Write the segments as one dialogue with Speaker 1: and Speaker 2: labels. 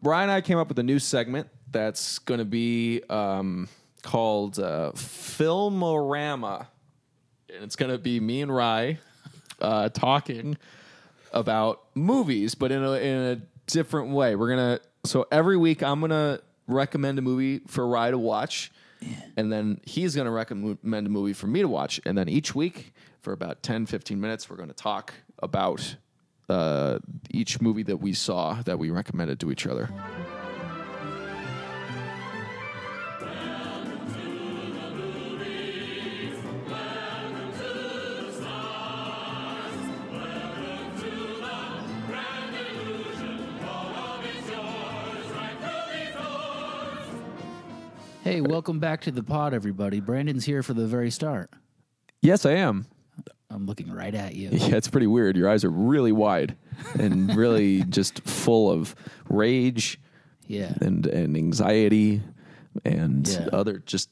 Speaker 1: Ryan and I came up with a new segment that's going to be um, called uh, Filmorama, and it's going to be me and Rye uh, talking about movies, but in a in a different way. We're gonna so every week I'm gonna recommend a movie for Rye to watch, and then he's gonna recommend a movie for me to watch, and then each week for about 10, 15 minutes we're gonna talk about uh, each movie that we saw that we recommended to each other.
Speaker 2: Hey, welcome back to the pod, everybody. Brandon's here for the very start.
Speaker 1: Yes, I am.
Speaker 2: I'm looking right at you.
Speaker 1: Yeah, it's pretty weird. Your eyes are really wide and really just full of rage
Speaker 2: Yeah.
Speaker 1: and and anxiety and
Speaker 2: Yeah.
Speaker 1: other just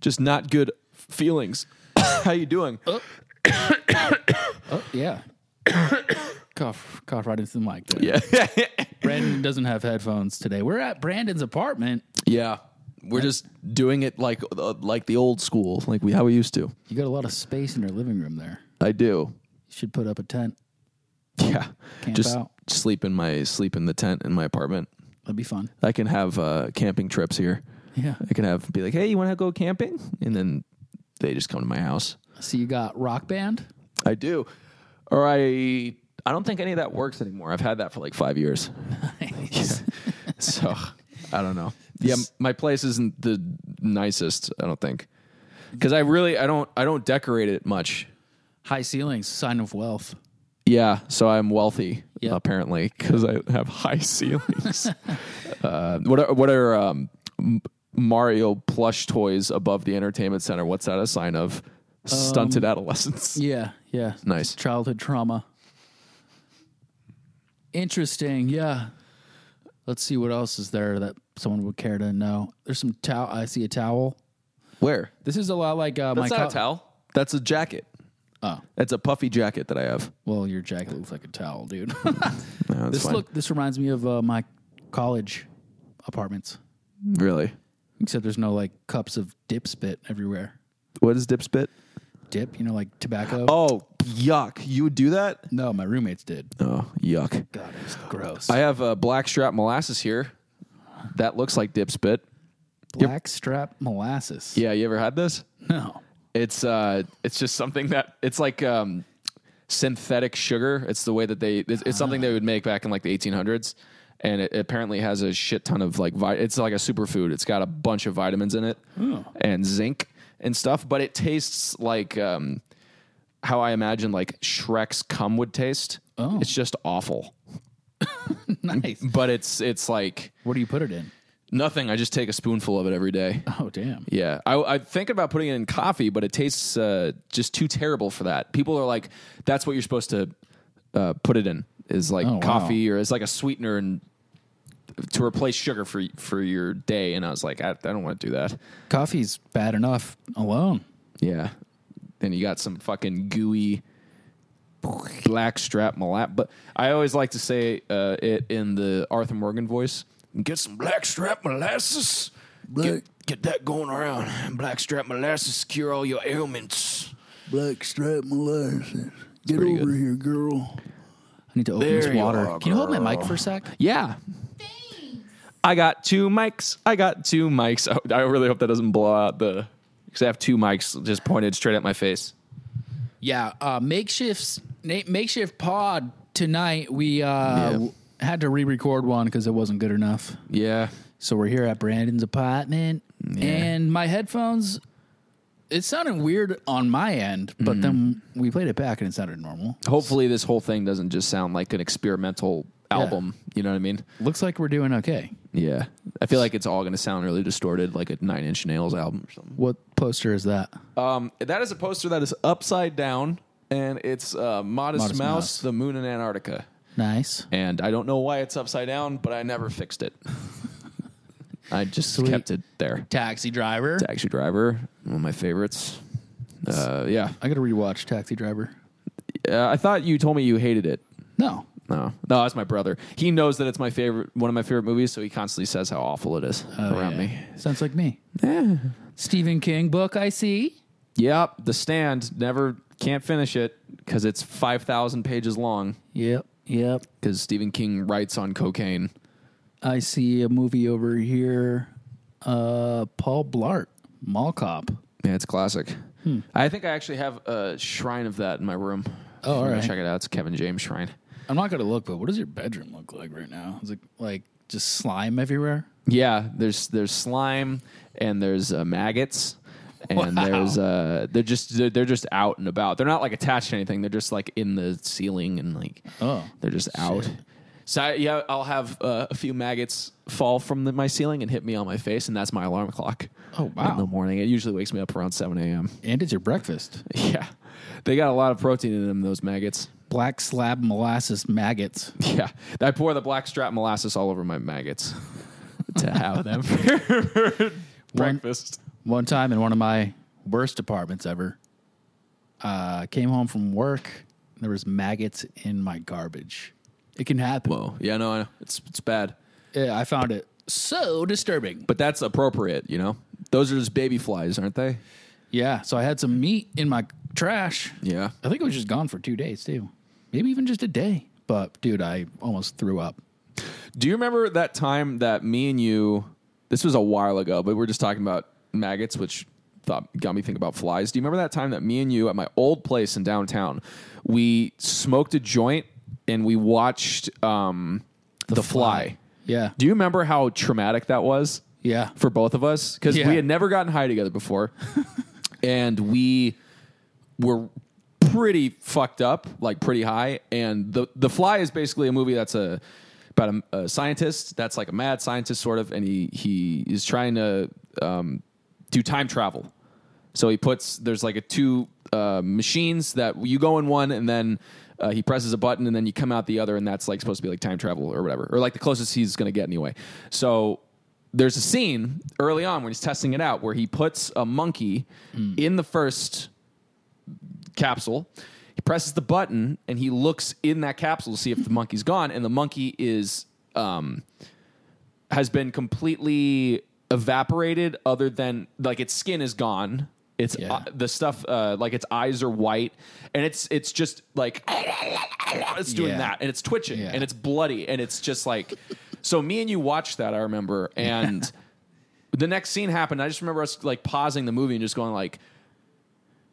Speaker 1: just not good feelings. How you doing?
Speaker 2: Uh. Oh, yeah. cough, cough right into the mic. There.
Speaker 1: Yeah.
Speaker 2: Brandon doesn't have headphones today. We're at Brandon's apartment.
Speaker 1: yeah. We're just doing it like uh, like the old school, like we how we used to.
Speaker 2: You got a lot of space in your living room there.
Speaker 1: I do.
Speaker 2: You should put up a tent.
Speaker 1: Yeah.
Speaker 2: Camp
Speaker 1: just
Speaker 2: out.
Speaker 1: sleep in my sleep in the tent in my apartment.
Speaker 2: That'd be fun.
Speaker 1: I can have uh, camping trips here.
Speaker 2: Yeah.
Speaker 1: I can have be like, "Hey, you want to go camping?" and then they just come to my house.
Speaker 2: So you got rock band?
Speaker 1: I do. Or I I don't think any of that works anymore. I've had that for like five years. so I don't know. Yeah, m- my place isn't the nicest, I don't think. Because I really I don't I don't decorate it much.
Speaker 2: High ceilings, sign of wealth.
Speaker 1: Yeah, so I'm wealthy
Speaker 2: Yep.
Speaker 1: apparently because I have high ceilings. uh, what are what are um, M- Mario plush toys above the entertainment center? What's that a sign of? Stunted adolescence.
Speaker 2: Um, Yeah, yeah.
Speaker 1: Nice.
Speaker 2: Childhood trauma. Interesting. Yeah. Let's see what else is there that someone would care to know. There's some towel. I see a towel.
Speaker 1: Where?
Speaker 2: This is a lot like uh,
Speaker 1: That's
Speaker 2: my
Speaker 1: not a
Speaker 2: co-
Speaker 1: towel. That's a jacket.
Speaker 2: Oh.
Speaker 1: That's a puffy jacket that I have.
Speaker 2: Well, your jacket looks like a towel, dude.
Speaker 1: No, that's
Speaker 2: this
Speaker 1: fine.
Speaker 2: look. This reminds me of uh, my college apartments.
Speaker 1: really.
Speaker 2: Except there's no like cups of dip spit everywhere.
Speaker 1: What is dip spit?
Speaker 2: Dip, you know, like tobacco.
Speaker 1: Oh, yuck. You would do that?
Speaker 2: No, my roommates did.
Speaker 1: Oh, yuck.
Speaker 2: God, it's gross.
Speaker 1: I have uh, blackstrap molasses here. That looks like dip spit.
Speaker 2: Black strap molasses.
Speaker 1: Yeah, you ever had this?
Speaker 2: No.
Speaker 1: It's uh it's just something that it's like um synthetic sugar. It's the way that they it's, it's something they would make back in like the 1800s and it apparently has a shit ton of like vi- it's like a superfood. It's got a bunch of vitamins in it and zinc and stuff, but it tastes like um how I imagine like Shrek's cum would taste.
Speaker 2: Oh.
Speaker 1: It's just awful.
Speaker 2: nice.
Speaker 1: But it's it's like
Speaker 2: What do you put it in?
Speaker 1: nothing. I just take a spoonful of it every day.
Speaker 2: Oh, damn.
Speaker 1: Yeah, I, I think about putting it in coffee, but it tastes uh, just too terrible for that. People are like, "That's what you're supposed to uh, put it in is like
Speaker 2: Oh, wow.
Speaker 1: coffee or it's like a sweetener and to replace sugar for for your day." And I was like, "I, I don't want to do that."
Speaker 2: Coffee's bad enough alone.
Speaker 1: Yeah, then you got some fucking gooey black strap molasses. But I always like to say uh, it in the Arthur Morgan voice. Get some black strap molasses. Get, get that going around. Black strap molasses cure all your ailments.
Speaker 2: Black strap molasses. Get
Speaker 1: pretty over good.
Speaker 2: here, girl. I need to open this
Speaker 1: There you
Speaker 2: water.
Speaker 1: are,
Speaker 2: Can you hold my mic for a sec?
Speaker 1: Yeah. I got two mics. I got two mics. I, I really hope that doesn't blow out the. Because I have two mics just pointed straight at my face.
Speaker 2: Yeah, uh, makeshifts, na- makeshift pod tonight. We uh, w- had to re-record one because it wasn't good enough.
Speaker 1: Yeah.
Speaker 2: So we're here at Brandon's apartment, and my headphones. It sounded weird on my end, but then we played it back and it sounded normal.
Speaker 1: Hopefully, this whole thing doesn't just sound like an experimental album. You know what I mean?
Speaker 2: Looks like we're doing okay.
Speaker 1: Yeah. I feel like it's all going to sound really distorted, like a Nine Inch Nails album or something.
Speaker 2: What poster is that?
Speaker 1: Um, that is a poster that is upside down, and it's uh, Modest,
Speaker 2: Modest
Speaker 1: Mouse,
Speaker 2: Mouse.
Speaker 1: The Moon in Antarctica.
Speaker 2: Nice.
Speaker 1: And I don't know why it's upside down, but I never fixed it. I just
Speaker 2: Sweet.
Speaker 1: kept it there.
Speaker 2: Taxi driver.
Speaker 1: Taxi Driver, one of my favorites. Uh, yeah.
Speaker 2: I got to rewatch Taxi Driver.
Speaker 1: Uh, I thought you told me you hated it.
Speaker 2: No,
Speaker 1: No, no, that's my brother. He knows that it's my favorite, one of my favorite movies, so he constantly says how awful it is around
Speaker 2: Oh, yeah.
Speaker 1: me.
Speaker 2: Sounds like me. Stephen King book, I see.
Speaker 1: Yep, The Stand never can't finish it because it's five thousand pages long.
Speaker 2: Yep, yep.
Speaker 1: Because Stephen King writes on cocaine.
Speaker 2: I see a movie over here. Uh, Paul Blart, Mall Cop.
Speaker 1: Yeah, it's classic. I think I actually have a shrine of that in my room.
Speaker 2: Hmm. Oh, all
Speaker 1: You gotta
Speaker 2: right.
Speaker 1: check it out. It's a Kevin James shrine.
Speaker 2: I'm not gonna look, but what does your bedroom look like right now? Is it like just slime everywhere?
Speaker 1: Yeah, there's there's slime and there's uh, maggots and
Speaker 2: Wow.
Speaker 1: there's uh they're just they're, they're just out and about. They're not like attached to anything. They're just like in the ceiling and like
Speaker 2: Oh.
Speaker 1: they're just out. So I, yeah, I'll have uh, a few maggots fall from the, my ceiling and hit me on my face, and that's my alarm clock.
Speaker 2: Oh, wow.
Speaker 1: In the morning, it usually wakes me up around seven a.m.
Speaker 2: And it's your breakfast.
Speaker 1: Yeah, they got a lot of protein in them. Those maggots.
Speaker 2: Black slab molasses maggots.
Speaker 1: Yeah, I pour the blackstrap molasses all over my maggots to have them for breakfast.
Speaker 2: One time in one of my worst apartments ever, uh, came home from work. There was maggots in my garbage. It can happen.
Speaker 1: Whoa, yeah, no, I know. it's it's bad,
Speaker 2: Yeah, I found it so disturbing.
Speaker 1: but that's appropriate, you know. Those are just baby flies, aren't they?
Speaker 2: Yeah, so I had some meat in my trash.
Speaker 1: Yeah,
Speaker 2: I think it was just gone for two days too, maybe even just a day. But dude, I almost threw up.
Speaker 1: Do you remember that time that me and you? This was a while ago, but we were just talking about maggots, which thought got me thinking about flies. Do you remember that time that me and you at my old place in downtown, we smoked a joint and we watched um, the, fly.
Speaker 2: Yeah,
Speaker 1: Do you remember how traumatic that was?
Speaker 2: yeah,
Speaker 1: for both of us because
Speaker 2: Yeah.
Speaker 1: we had never gotten high together before, and we were pretty fucked up, like pretty high. And the the Fly is basically a movie that's a about a, a scientist that's like a mad scientist sort of, and he he is trying to um, do time travel. So he puts there's like a two uh, machines that you go in one and then. Uh, he presses a button and then you come out the other, and that's like supposed to be like time travel or whatever, or like the closest he's going to get anyway. So there's a scene early on when he's testing it out where he puts a monkey in the first capsule. He presses the button and he looks in that capsule to see if the monkey's gone, and the monkey is um, has been completely evaporated, other than like its skin is gone. It's
Speaker 2: Yeah.
Speaker 1: uh, the stuff uh, like its eyes are white, and it's it's just like it's doing
Speaker 2: Yeah.
Speaker 1: that, and it's twitching,
Speaker 2: Yeah.
Speaker 1: and it's bloody, and it's just like. so me and you watched that, I remember, and the next scene happened. I just remember us like pausing the movie and just going like,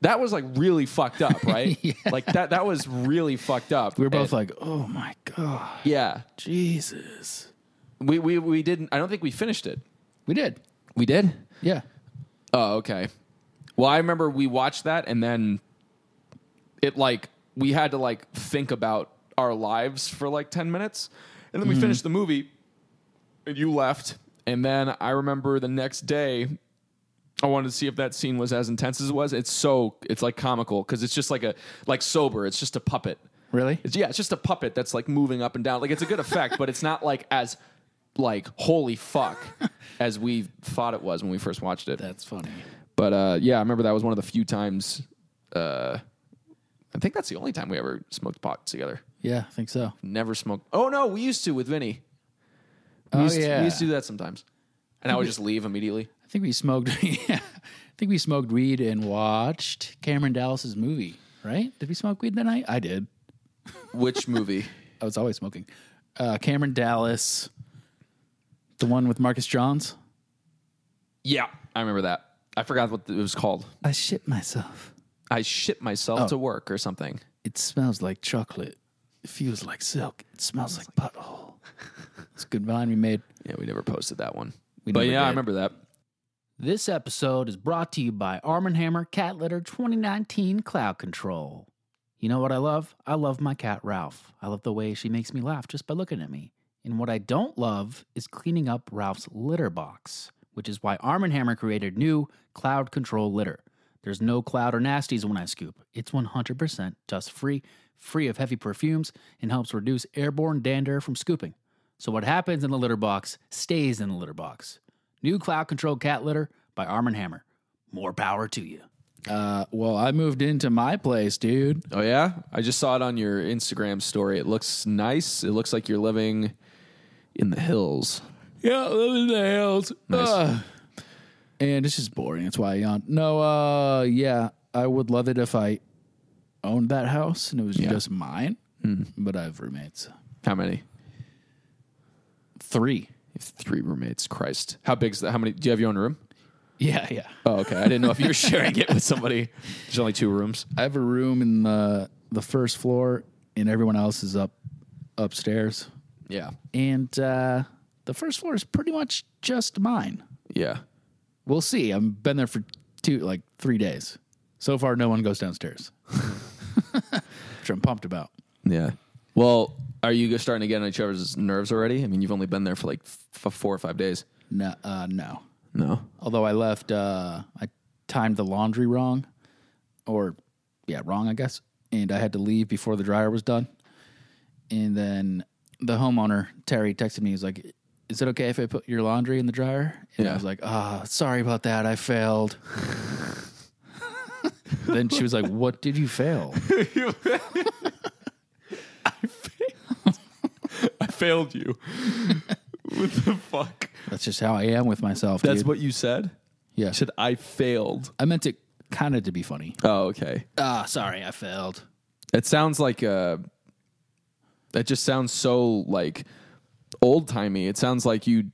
Speaker 1: "That was like really fucked up, right? Like that that was really fucked up."
Speaker 2: we were both
Speaker 1: And-
Speaker 2: like, "Oh my god,
Speaker 1: "Yeah,
Speaker 2: Jesus!"
Speaker 1: we we we didn't. I don't think we finished it.
Speaker 2: We did.
Speaker 1: We did.
Speaker 2: Yeah,
Speaker 1: Oh, okay. Well, I remember we watched that and then it like we had to like think about our lives for like 10 minutes. And then we finished the movie and you left. And then I remember the next day I wanted to see if that scene was as intense as it was. It's so it's like comical cuz it's just like a like sober, it's just a puppet.
Speaker 2: really?
Speaker 1: It's, yeah, it's just a puppet that's like moving up and down. Like it's a good effect, but it's not like as like holy fuck as we thought it was when we first watched it.
Speaker 2: That's funny.
Speaker 1: But uh, yeah, I remember that was one of the few times. Uh, I think that's the only time we ever smoked pot together.
Speaker 2: Yeah, I think so.
Speaker 1: Never smoked. Oh no, we used to with Vinny. We
Speaker 2: Oh,
Speaker 1: used to,
Speaker 2: yeah.
Speaker 1: we used to do that sometimes, and I would just leave immediately.
Speaker 2: I think we smoked. yeah, I think we smoked weed and watched Cameron Dallas's movie. Right? Did we smoke weed that night? I did.
Speaker 1: Which movie?
Speaker 2: I was always smoking. Uh, Cameron Dallas, the one with Marcus Johns.
Speaker 1: yeah, I remember that. I forgot what it was called.
Speaker 2: I shit myself.
Speaker 1: I shit myself
Speaker 2: Oh.
Speaker 1: to work or something.
Speaker 2: It smells like chocolate. It feels like silk. It smells like butthole. it's a good vine we made.
Speaker 1: Yeah, we never posted that one.
Speaker 2: We
Speaker 1: but
Speaker 2: never
Speaker 1: yeah, I
Speaker 2: did.
Speaker 1: remember that.
Speaker 2: This episode is brought to you by Arm & Hammer Cat Litter 2019 Cloud Control. You know what I love? I love my cat Ralph. I love the way she makes me laugh just by looking at me. And what I don't love is cleaning up Ralph's litter box, which is why Arm & Hammer created new Cloud Control litter. There's no cloud or nasties when I scoop. It's 100% dust-free, free of heavy perfumes, and helps reduce airborne dander from scooping. So what happens in the litter box stays in the litter box. New cloud control cat litter by Arm & Hammer. More power to you.
Speaker 3: Uh, well, I moved into my place, dude.
Speaker 1: Oh yeah, I just saw it on your Instagram story. It looks nice. It looks like you're living in the hills.
Speaker 3: Yeah, live in the hills.
Speaker 1: Nice.
Speaker 3: Ugh. and it's just boring. That's why I yawned. No, uh, yeah, I would love it if I owned that house and it was just mine. But I have roommates.
Speaker 1: How many?
Speaker 3: Three.
Speaker 1: You have three roommates. Christ, how big's that? How many? Do you have your own room?
Speaker 3: Yeah, yeah.
Speaker 1: Oh, okay. I didn't know if you were sharing it with somebody. There's only two rooms.
Speaker 3: I have a room in the the first floor, and everyone else is up upstairs.
Speaker 1: Yeah,
Speaker 3: And uh, the first floor is pretty much just mine.
Speaker 1: yeah.
Speaker 3: We'll see. I've been there for two, like three days. So far, no one goes downstairs, which I'm pumped about.
Speaker 1: Yeah. Well, are you starting to get on each other's nerves already? I mean, you've only been there for like f- four or five days.
Speaker 3: No, uh, no.
Speaker 1: No.
Speaker 3: Although I left, uh, I timed the laundry wrong, or yeah, wrong, I guess. And I had to leave before the dryer was done. And then the homeowner Terry texted me. He's like, "Is it okay if I put your laundry in the dryer?" And I
Speaker 1: Yeah.
Speaker 3: was like, "Ah, sorry about that. I failed." then she was like, "What did you fail?"
Speaker 1: I failed you. what the fuck?
Speaker 3: That's just how I am with myself.
Speaker 1: That's
Speaker 3: dude.
Speaker 1: what you said?
Speaker 3: Yeah.
Speaker 1: You said I failed.
Speaker 3: I meant it kind of to be funny.
Speaker 1: Oh, okay.
Speaker 3: Ah, sorry, I failed.
Speaker 1: It sounds like uh that just sounds so like old timey. It sounds like you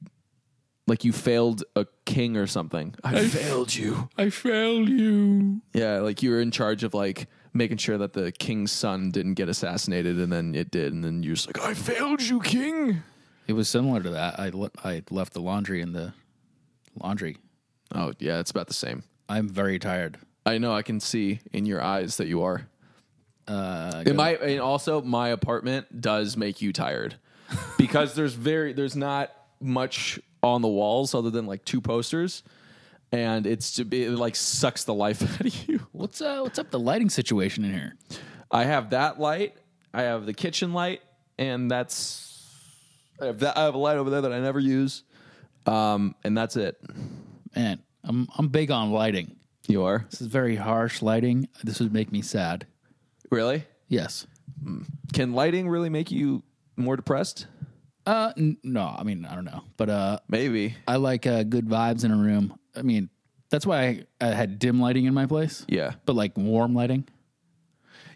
Speaker 1: like you failed a king or something. I failed you.
Speaker 3: I failed you.
Speaker 1: Yeah, like you were in charge of like making sure that the king's son didn't get assassinated and then it did and then you're just like, I failed you, king.
Speaker 3: It was similar to that. I le- I left the laundry in the laundry.
Speaker 1: Oh, yeah, it's about the same.
Speaker 3: I'm very tired.
Speaker 1: I know I can see in your eyes that you are.
Speaker 3: Uh,
Speaker 1: And my and also my apartment does make you tired because there's very there's not much on the walls other than like two posters, and it's to be it like sucks the life out of you.
Speaker 3: what's uh, what's up the lighting situation in here?
Speaker 1: I have that light. I have the kitchen light, and that's I have that. I have a light over there that I never use, um, and that's it.
Speaker 3: Man, I'm I'm big on lighting.
Speaker 1: You are
Speaker 3: This is very harsh lighting. This would make me sad.
Speaker 1: really?
Speaker 3: Yes.
Speaker 1: Can lighting really make you more depressed?
Speaker 3: Uh, n- no, I mean I don't know, but uh,
Speaker 1: Maybe.
Speaker 3: I like uh, good vibes in a room. I mean that's why I, I had dim lighting in my place.
Speaker 1: Yeah.
Speaker 3: but like warm lighting.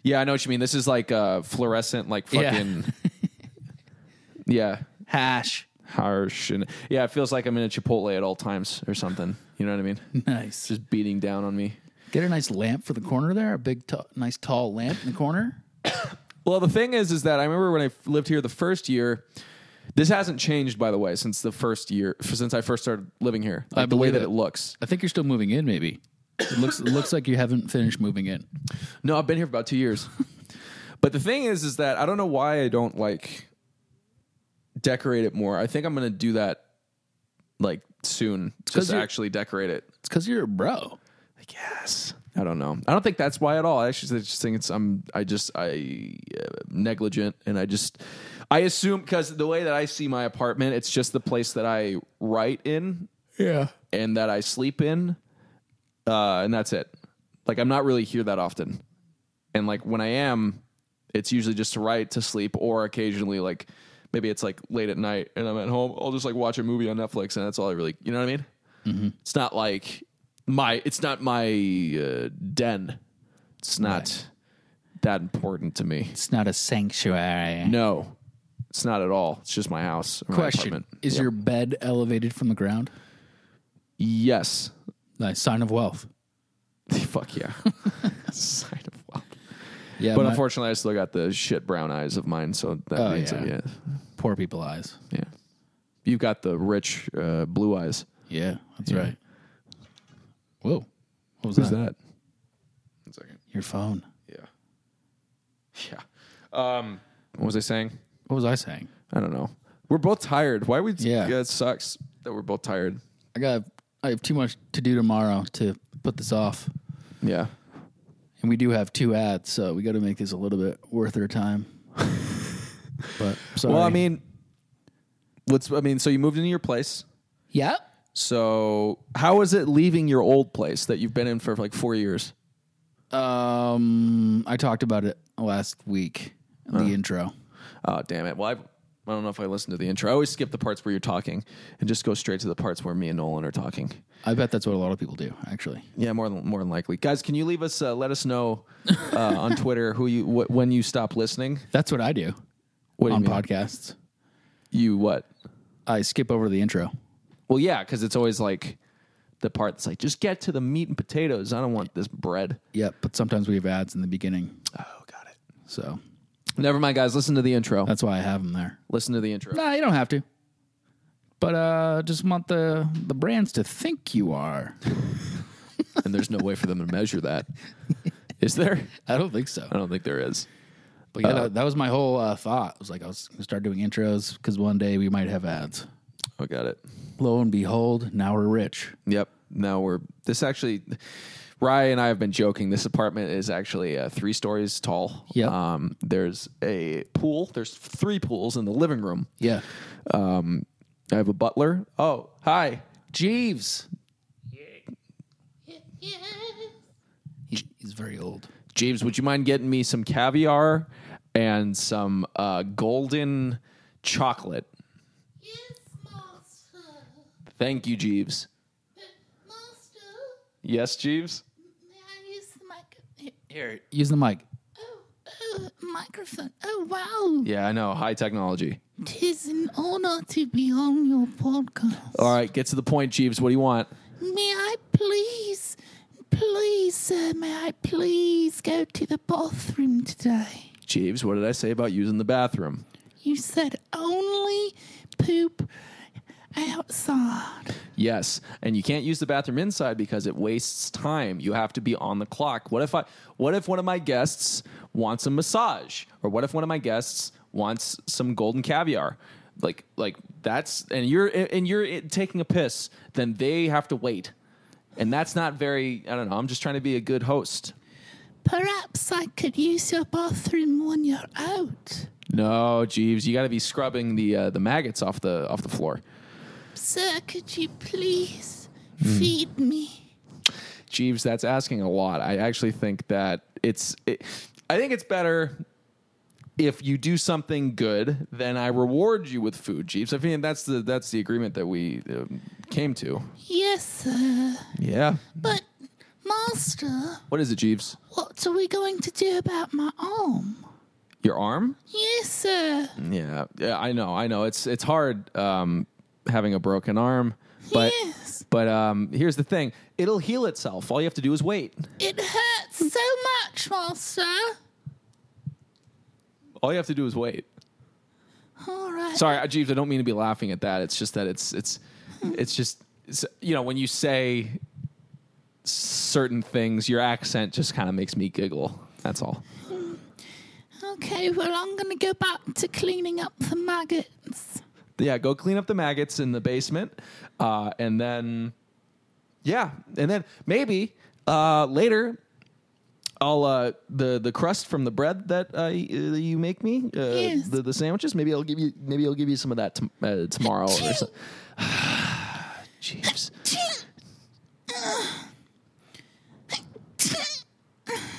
Speaker 1: Yeah, I know what you mean. This is like uh, fluorescent, like
Speaker 3: Yeah.
Speaker 1: fucking. Yeah.
Speaker 3: Hash.
Speaker 1: Harsh. And yeah, it feels like I'm in a Chipotle at all times or something. You know what I mean?
Speaker 3: Nice.
Speaker 1: Just beating down on me.
Speaker 3: Get a nice lamp for the corner there. A big, t- nice, tall lamp in the corner.
Speaker 1: Well, the thing is, is that I remember when I f- lived here the first year. This hasn't changed, by the way, since the first year, f- since I first started living here. Like the way
Speaker 3: believe
Speaker 1: that
Speaker 3: it.
Speaker 1: it looks.
Speaker 3: I think you're still moving in. Maybe it looks it looks like you haven't finished moving in.
Speaker 1: No, I've been here for about two years. but the thing is, is that I don't know why I don't like decorate it more. I think I'm going to do that like soon.
Speaker 3: 'cause
Speaker 1: Just
Speaker 3: you're-
Speaker 1: actually decorate it.
Speaker 3: It's because you're a bro.
Speaker 1: I guess. I don't know. I don't think that's why at all. I actually just think it's I'm I just I uh, negligent and I just I assume because the way that I see my apartment, it's just the place that I write in
Speaker 3: Yeah.
Speaker 1: and that I sleep in, uh, and that's it. Like I'm not really here that often, and like when I am, it's usually just to write to sleep or occasionally like maybe it's like late at night and I'm at home. I'll just like watch a movie on Netflix and that's all I really you know what I mean. It's not like my it's not my uh, den. It's not that important to me.
Speaker 3: It's not a sanctuary.
Speaker 1: No, it's not at all. It's just my house. or my
Speaker 3: Question:
Speaker 1: apartment.
Speaker 3: Is your bed elevated from the ground?
Speaker 1: yes.
Speaker 3: Nice sign of wealth.
Speaker 1: Fuck yeah. Sign of wealth.
Speaker 3: Yeah,
Speaker 1: But
Speaker 3: my-
Speaker 1: unfortunately, I still got the shit brown eyes of mine. So that
Speaker 3: Oh,
Speaker 1: means
Speaker 3: yeah.
Speaker 1: that, yeah,
Speaker 3: poor people eyes.
Speaker 1: yeah. You've got the rich uh, blue eyes.
Speaker 3: Yeah, that's right. Whoa, what was
Speaker 1: Who's
Speaker 3: that?
Speaker 1: that? One second.
Speaker 3: Your phone.
Speaker 1: Yeah. Yeah. Um, what was I saying?
Speaker 3: What was I saying?
Speaker 1: I don't know. We're both tired. Why would
Speaker 3: Yeah.
Speaker 1: it sucks that we're both tired.
Speaker 3: I got. I have too much to do tomorrow to put this off.
Speaker 1: Yeah.
Speaker 3: And we do have two ads, so we got to make this a little bit worth our time. but sorry.
Speaker 1: Well, I mean, what's I mean? So you moved into your place.
Speaker 3: yeah,
Speaker 1: So how is it leaving your old place that you've been in for like four years?
Speaker 3: Um, I talked about it last week. in The intro.
Speaker 1: Oh, damn it. Well, I, I don't know if I listened to the intro. I always skip the parts where you're talking and just go straight to the parts where me and Nolan are talking.
Speaker 3: I bet that's what a lot of people do. Actually,
Speaker 1: Yeah, more than more than likely, guys. Can you leave us? Uh, let us know uh, on Twitter who you wh- when you stop listening.
Speaker 3: that's what I do
Speaker 1: What do you
Speaker 3: on
Speaker 1: mean?
Speaker 3: podcasts.
Speaker 1: You what?
Speaker 3: I skip over the intro.
Speaker 1: Well, yeah, because it's always like the part that's like, just get to the meat and potatoes. I don't want this bread.
Speaker 3: Yep, but sometimes we have ads in the beginning,
Speaker 1: Oh, got it.
Speaker 3: so
Speaker 1: Never mind, guys. Listen to the intro.
Speaker 3: that's why I have them there.
Speaker 1: Listen to the intro.
Speaker 3: Nah, you don't have to. But uh, just want the the brands to think you are.
Speaker 1: and there's no way for them to measure that. Is there?
Speaker 3: I don't think so.
Speaker 1: I don't think there is.
Speaker 3: But yeah, that, that was my whole uh, thought. It was like I was gonna start doing intros because one day we might have ads.
Speaker 1: Oh, got it.
Speaker 3: Lo and behold, now we're rich.
Speaker 1: Yep. Now we're this actually. Rye and I have been joking. This apartment is actually uh, three stories tall.
Speaker 3: Yep.
Speaker 1: Um, there's a pool. There's three pools in the living room.
Speaker 3: Yeah,
Speaker 1: I have a butler. Oh, hi.
Speaker 3: Jeeves. He- He's very old.
Speaker 1: Jeeves, would you mind getting me some caviar and some uh, golden chocolate?
Speaker 4: Yes, master.
Speaker 1: Thank you, Jeeves.
Speaker 4: Master,
Speaker 1: Yes, Jeeves.
Speaker 4: may I use the mic?
Speaker 3: Here, use the mic.
Speaker 4: Oh, oh, microphone. Oh, wow.
Speaker 1: Yeah, I know. High technology.
Speaker 4: Tis an honor to be on your podcast.
Speaker 1: All right, get to the point, Jeeves. What do you want?
Speaker 4: May I please, please, sir, may I please go to the bathroom today?
Speaker 1: Jeeves, what did I say about using the bathroom?
Speaker 4: You said only poop outside.
Speaker 1: Yes, and you can't use the bathroom inside because it wastes time. You have to be on the clock. What if I what if one of my guests wants a massage or what if one of my guests wants some golden caviar? Like like that's and you're and you're taking a piss, then they have to wait. And that's not very I don't know. I'm just trying to be a good host.
Speaker 4: Perhaps I could use your bathroom when you're out.
Speaker 1: No, Jeeves, you got to be scrubbing the uh, the maggots off the off the floor.
Speaker 4: Sir, could you please
Speaker 1: Hmm.
Speaker 4: feed me?
Speaker 1: Jeeves, that's asking a lot. I actually think that it's. It, I think it's better if you do something good, then I reward you with food, Jeeves. I mean, that's the that's the agreement that we um, came to.
Speaker 4: Yes, sir.
Speaker 1: Yeah.
Speaker 4: But, Master,
Speaker 1: What is it, Jeeves?
Speaker 4: what are we going to do about my arm?
Speaker 1: Your arm?
Speaker 4: Yes, sir.
Speaker 1: Yeah. Yeah. I know. I know. It's it's hard um, having a broken arm, but.
Speaker 4: yes.
Speaker 1: But um, here's the thing: it'll heal itself. All you have to do is wait.
Speaker 4: It hurts so much, Master.
Speaker 1: All you have to do is wait.
Speaker 4: All right.
Speaker 1: Sorry, uh, Jeeves, I don't mean to be laughing at that. It's just that it's it's it's just it's, you know when you say certain things, your accent just kind of makes me giggle. That's all.
Speaker 4: Okay, well, I'm going to go back to cleaning up the maggots.
Speaker 1: Yeah, go clean up the maggots in the basement, uh, and then yeah, and then maybe uh, later. I'll uh, the the crust from the bread that uh, y- uh, you make me uh,
Speaker 4: Yes.
Speaker 1: the the sandwiches. Maybe I'll give you maybe I'll give you some of that tom- uh, tomorrow. or so. Jeeves.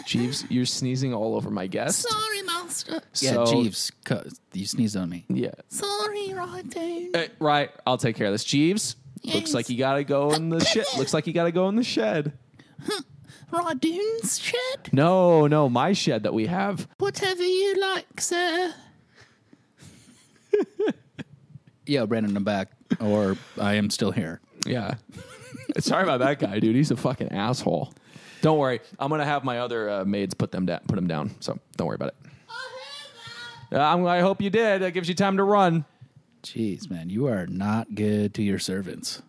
Speaker 1: Jeeves, you're sneezing all over my guest.
Speaker 4: Sorry, Master.
Speaker 3: Yeah,
Speaker 1: So-
Speaker 3: Jeeves. Cause you sneezed on me.
Speaker 1: Yeah.
Speaker 4: Sorry, Rydon.
Speaker 1: Eh, right. I'll take care of this. Jeeves, looks
Speaker 4: Yes.
Speaker 1: like you gotta go in the shed. Looks like you gotta go in the shed.
Speaker 4: Rydon's shed?
Speaker 1: No, no, my shed that we have.
Speaker 4: Whatever you like, sir.
Speaker 3: Yeah, Brandon, I'm back, or I am still here.
Speaker 1: Yeah. Sorry about that guy, dude. He's a fucking asshole. Don't worry. I'm gonna have my other uh, maids put them down. Put him down. So don't worry about it. Uh, I'm, I hope you did. That gives you time to run.
Speaker 3: Jeez, man, you are not good to your servants.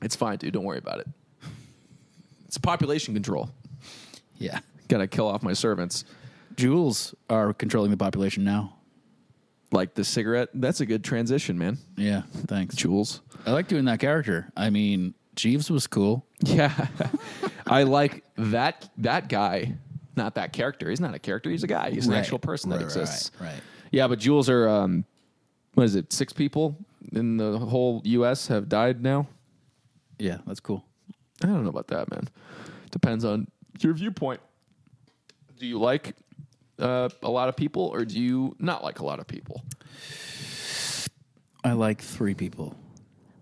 Speaker 1: It's fine, dude. Don't worry about it. It's population control.
Speaker 3: Yeah,
Speaker 1: Gotta kill off my servants.
Speaker 3: Jules are controlling the population now.
Speaker 1: Like the cigarette. That's a good transition, man.
Speaker 3: Yeah, thanks.
Speaker 1: Jules.
Speaker 3: I like doing that character. I mean, Jeeves was cool.
Speaker 1: Yeah. I like that that guy. Not that character. He's not a character. He's a guy. He's an
Speaker 3: Right,
Speaker 1: actual person that
Speaker 3: right,
Speaker 1: exists.
Speaker 3: Right, right.
Speaker 1: Yeah, but Jules are um, what is it? Six people in the whole U.S. have died now.
Speaker 3: Yeah, that's cool.
Speaker 1: I don't know about that, man. Depends on your viewpoint. Do you like uh, a lot of people, or do you not like a lot of people?
Speaker 3: I like three people.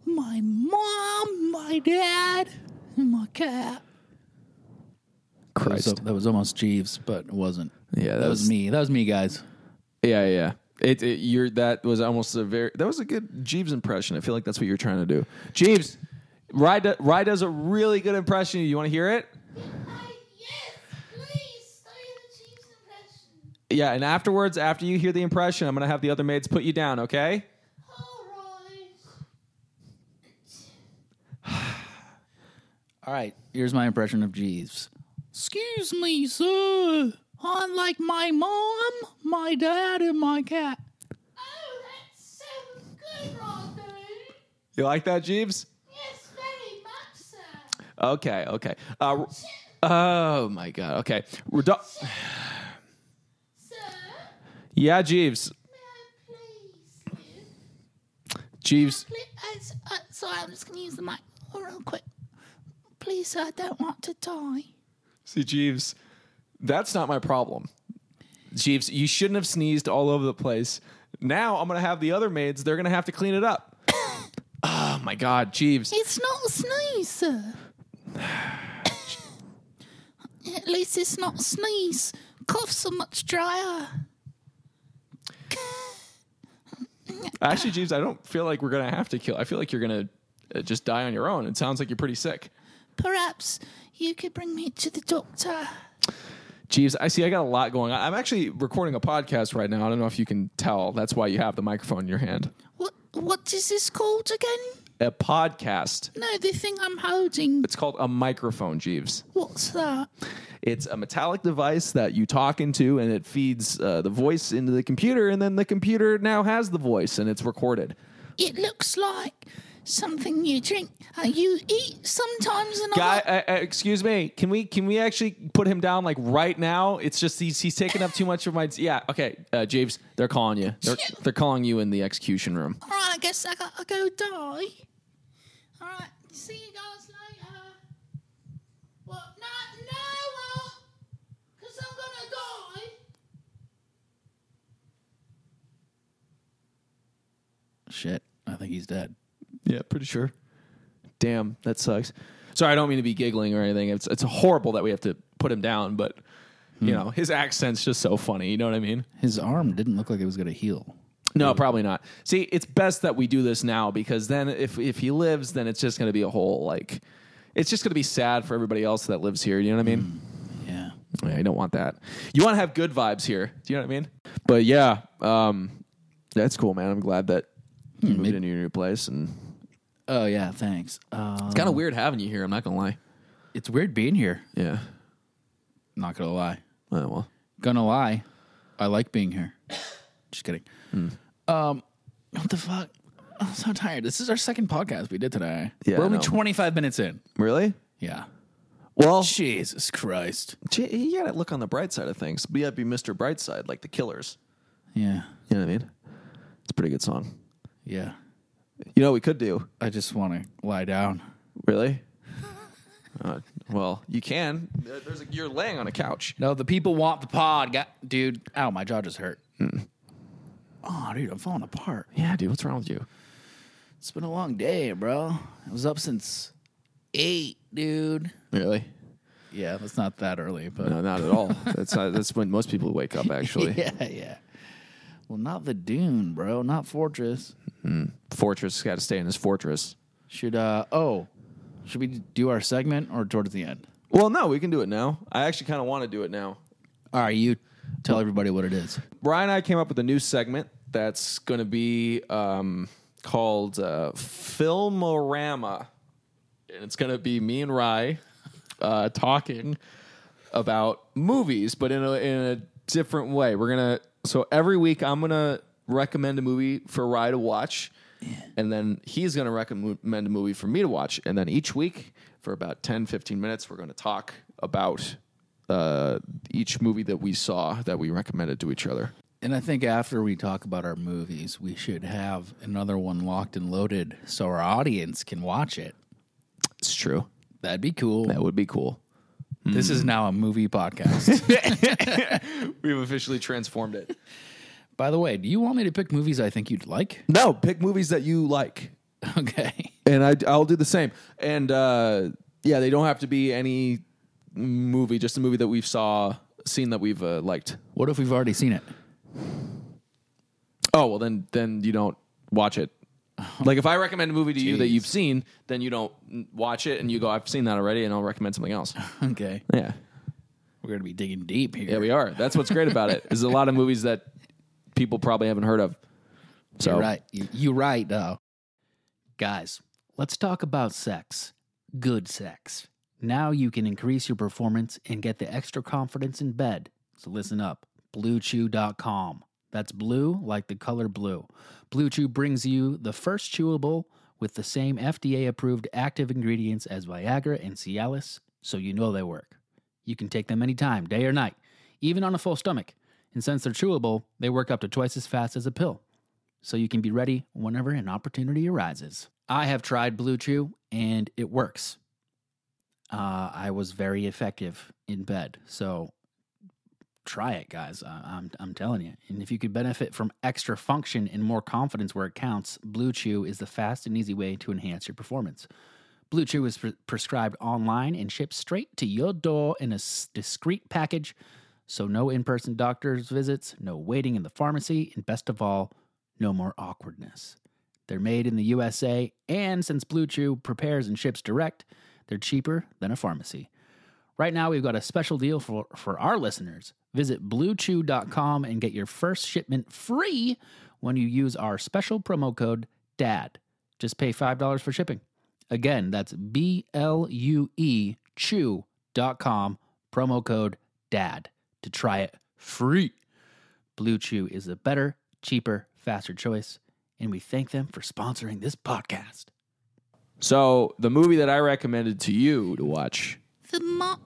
Speaker 4: My mom, my dad, and my cat.
Speaker 3: That was, that was almost Jeeves, but it wasn't.
Speaker 1: Yeah, that
Speaker 3: that was
Speaker 1: was-
Speaker 3: me. That was me, guys.
Speaker 1: Yeah, yeah. It, it you're that was almost a very that was a good Jeeves impression. I feel like that's what you're trying to do. Jeeves, Rye, do, Rye does a really good impression. You want to hear it?
Speaker 5: yes, please, I am the Chiefs impression.
Speaker 1: Yeah, and afterwards, after you hear the impression, I'm gonna have the other maids put you down. Okay?
Speaker 5: All right.
Speaker 3: All right, here's my impression of Jeeves.
Speaker 4: Excuse me, sir. I like my mom, my dad, and my cat.
Speaker 5: Oh, that sounds good, Roscoe.
Speaker 1: You like that, Jeeves?
Speaker 5: Yes, very much, sir.
Speaker 1: Okay, okay. Uh, oh my God. Okay, Rodol-
Speaker 5: Sir,
Speaker 1: Yeah, Jeeves.
Speaker 5: may I please?
Speaker 1: Jeeves.
Speaker 4: Please, uh, s- uh, sorry, I'm just going to use the mic real quick. Please, sir, I don't want to die.
Speaker 1: See, Jeeves, that's not my problem. Jeeves, you shouldn't have sneezed all over the place. Now I'm going to have the other maids, they're going to have to clean it up. oh my God, Jeeves.
Speaker 4: It's not a sneeze, sir. At least it's not a sneeze. Coughs are much drier.
Speaker 1: Actually, Jeeves, I don't feel like we're going to have to kill. I feel like you're going to just die on your own. It sounds like you're pretty sick.
Speaker 4: Perhaps you could bring me to the doctor.
Speaker 1: Jeeves, I see I got a lot going on. I'm actually recording a podcast right now. I don't know if you can tell. That's why you have the microphone in your hand.
Speaker 4: What what is this called again?
Speaker 1: A podcast.
Speaker 4: No, the thing I'm holding.
Speaker 1: It's called a microphone, Jeeves.
Speaker 4: What's that?
Speaker 1: It's a metallic device that you talk into, and it feeds uh, the voice into the computer, and then the computer now has the voice, and it's recorded.
Speaker 4: It looks like something you drink, uh, you eat sometimes, and
Speaker 1: Guy,
Speaker 4: I
Speaker 1: uh, uh, excuse me, can we can we actually put him down like right now? It's just he's he's taking up too much of my. Yeah, okay, uh, Jeeves, they're calling you. They're, they're calling you in the execution room.
Speaker 4: all right, I guess I gotta go die.
Speaker 5: All right, see you guys later. Well, no, no, well, because I'm going to die.
Speaker 3: Shit, I think he's dead.
Speaker 1: Yeah, pretty sure. Damn, that sucks. Sorry, I don't mean to be giggling or anything. It's it's horrible that we have to put him down, but you know his accent's just so funny. You know what I mean?
Speaker 3: His arm didn't look like it was going to heal.
Speaker 1: No, probably not. See, it's best that we do this now because then if if he lives, then it's just going to be a whole like it's just going to be sad for everybody else that lives here. You know what I mean?
Speaker 3: Yeah.
Speaker 1: Yeah, you don't want that. You want to have good vibes here. Do you know what I mean? But yeah, um, that's cool, man. I'm glad that you moved into your new place, and
Speaker 3: Oh yeah, thanks. Uh,
Speaker 1: it's kind of weird having you here. I'm not gonna lie.
Speaker 3: it's weird being here.
Speaker 1: Yeah.
Speaker 3: Not gonna lie.
Speaker 1: Oh, well,
Speaker 3: Gonna lie. I like being here. Just kidding.
Speaker 1: Hmm.
Speaker 3: Um, what the fuck? I'm so tired. This is our second podcast we did today.
Speaker 1: Yeah,
Speaker 3: We're
Speaker 1: I
Speaker 3: only
Speaker 1: know.
Speaker 3: 25 minutes in.
Speaker 1: really?
Speaker 3: Yeah.
Speaker 1: Well,
Speaker 3: Jesus Christ.
Speaker 1: gee, you got to look on the bright side of things. We got to be Mr. Brightside, like the Killers.
Speaker 3: Yeah.
Speaker 1: You know what I mean? It's a pretty good song.
Speaker 3: Yeah.
Speaker 1: You know what we could do?
Speaker 3: I just want to lie down.
Speaker 1: Really? Uh, well, you can. There- There's a, you're laying on a couch.
Speaker 3: No, the people want the pod. Got, dude, ow, my jaw just hurt. Oh, Mm. dude, I'm falling apart.
Speaker 1: Yeah, dude. What's wrong with you?
Speaker 3: It's been a long day, bro. I was up since eight, dude.
Speaker 1: Really?
Speaker 3: Yeah, that's not that early, but
Speaker 1: No, not at all. that's not, that's when most people wake up. Actually,
Speaker 3: yeah, yeah. Well, not the Dune, bro. Not Fortress.
Speaker 1: fortress got to stay in his fortress.
Speaker 3: Should uh oh, should we do our segment or towards the end?
Speaker 1: Well, no, we can do it now. I actually kind of want to do it now.
Speaker 3: All right, you tell everybody what it is.
Speaker 1: Brian and I came up with a new segment that's going to be um, called uh, Filmorama. And it's going to be me and Rye uh, talking about movies, but in a, in a different way. We're going to, so every week I'm going to recommend a movie for Rye to watch. And then he's going to recommend a movie for me to watch. And then each week, for about 10, 15 minutes, we're going to talk about uh, each movie that we saw that we recommended to each other.
Speaker 3: And I think after we talk about our movies, we should have another one locked and loaded so our audience can watch it.
Speaker 1: It's true.
Speaker 3: That'd be cool.
Speaker 1: That would be cool.
Speaker 3: This is now a movie podcast.
Speaker 1: We've officially transformed it.
Speaker 3: By the way, do you want me to pick movies I think you'd like?
Speaker 1: No, pick movies that you like,
Speaker 3: Okay.
Speaker 1: and I I'll do the same. And uh, yeah, they don't have to be any movie, just a movie that we've saw, seen that we've uh, liked.
Speaker 3: What if we've already seen it?
Speaker 1: Oh well, then then you don't watch it. Like if I recommend a movie to you that you've seen, then you don't n- watch it, and you go, "I've seen that already," and I'll recommend something else.
Speaker 3: Okay.
Speaker 1: Yeah,
Speaker 3: We're going to be digging deep here.
Speaker 1: yeah, we are. That's what's great about it. Is a lot of movies that people probably haven't heard of. So
Speaker 3: You're right. You, you're right, though. Guys, let's talk about sex. Good sex. Now you can increase your performance and get the extra confidence in bed. So listen up. BlueChew.com. That's blue like the color blue. Blue Chew brings you the first chewable with the same FDA approved active ingredients as Viagra and Cialis, so you know they work. You can take them anytime, day or night, even on a full stomach. And since they're chewable, they work up to twice as fast as a pill so you can be ready whenever an opportunity arises. I have tried Blue Chew and it works. Uh, I was very effective in bed, so try it, guys. I, I'm I'm telling you. And if you could benefit from extra function and more confidence where it counts, Blue Chew is the fast and easy way to enhance your performance. Blue Chew is pre- prescribed online and shipped straight to your door in a s- discreet package, so no in-person doctor's visits, no waiting in the pharmacy, and best of all, no more awkwardness. They're made in the USA, and since Blue Chew prepares and ships direct, they're cheaper than a pharmacy. Right now, we've got a special deal for, for our listeners. Visit bluechew.com and get your first shipment free when you use our special promo code DAD. Just pay $5 for shipping. Again, that's B L U E chew.com, promo code DAD to try it free. Blue Chew is a better, cheaper, faster choice, and we thank them for sponsoring this podcast.
Speaker 1: So the movie that I recommended to you to watch,
Speaker 4: The mo-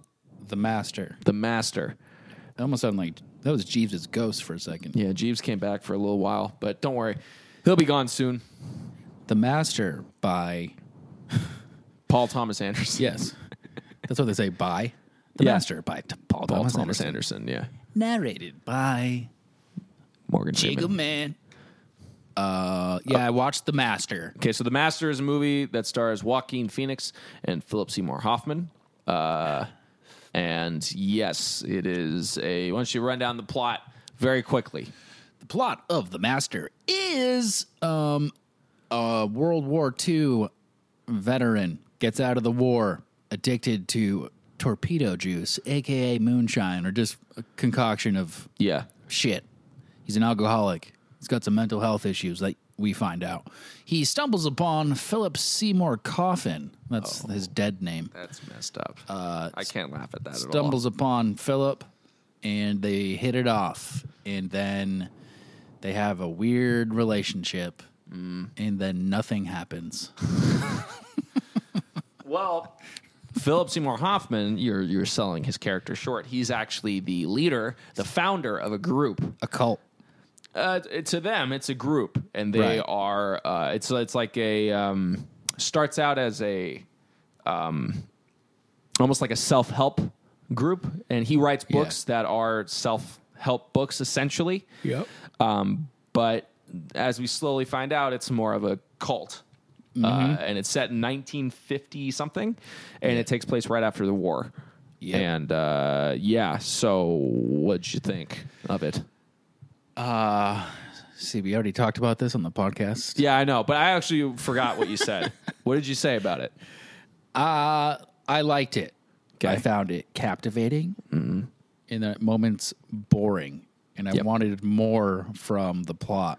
Speaker 3: The Master.
Speaker 1: The Master.
Speaker 3: It almost sounded like that was Jeeves' ghost for a second.
Speaker 1: Yeah, Jeeves came back for a little while, but don't worry, he'll be gone soon.
Speaker 3: The Master by
Speaker 1: Paul Thomas Anderson.
Speaker 3: yes, that's what they say. By The
Speaker 1: Yeah.
Speaker 3: Master by T- Paul,
Speaker 1: Paul
Speaker 3: Thomas,
Speaker 1: Thomas
Speaker 3: Anderson.
Speaker 1: Anderson. Yeah,
Speaker 3: Narrated by
Speaker 1: Morgan
Speaker 3: Jigga
Speaker 1: Freeman.
Speaker 3: Man. Uh, yeah, I watched The Master.
Speaker 1: Okay, so The Master is a movie that stars Joaquin Phoenix and Philip Seymour Hoffman. Uh, and yes, it is a. Why don't you run down the plot very quickly?
Speaker 3: The plot of The Master is um, a World War II veteran gets out of the war addicted to torpedo juice, aka moonshine, or just a concoction of
Speaker 1: Yeah,
Speaker 3: shit. He's an alcoholic. He's got some mental health issues that we find out. He stumbles upon Philip Seymour Coffin. That's his dead name
Speaker 1: that's messed up. Uh, I can't laugh at that at all.
Speaker 3: stumbles upon Philip and they hit it off. And then they have a weird relationship. And then nothing happens.
Speaker 1: Well, Philip Seymour Hoffman, you're you're selling his character short. He's actually the leader, the founder of a group.
Speaker 3: A cult.
Speaker 1: Uh, t- to them, it's a group, and they
Speaker 3: Right.
Speaker 1: are. Uh, it's it's like a um, starts out as a um, almost like a self help group, and he writes books that are self help books essentially.
Speaker 3: Yep.
Speaker 1: Um, but as we slowly find out, it's more of a cult. Uh, and it's set in 1950 something, and it takes place right after the war.
Speaker 3: Yep.
Speaker 1: And uh, yeah, so what'd you think of it?
Speaker 3: See, we already talked about this on the podcast.
Speaker 1: Yeah, I know, but I actually forgot what you said. what did you say about it?
Speaker 3: I liked it. I found it captivating. And then at moments boring. And I wanted more from the plot.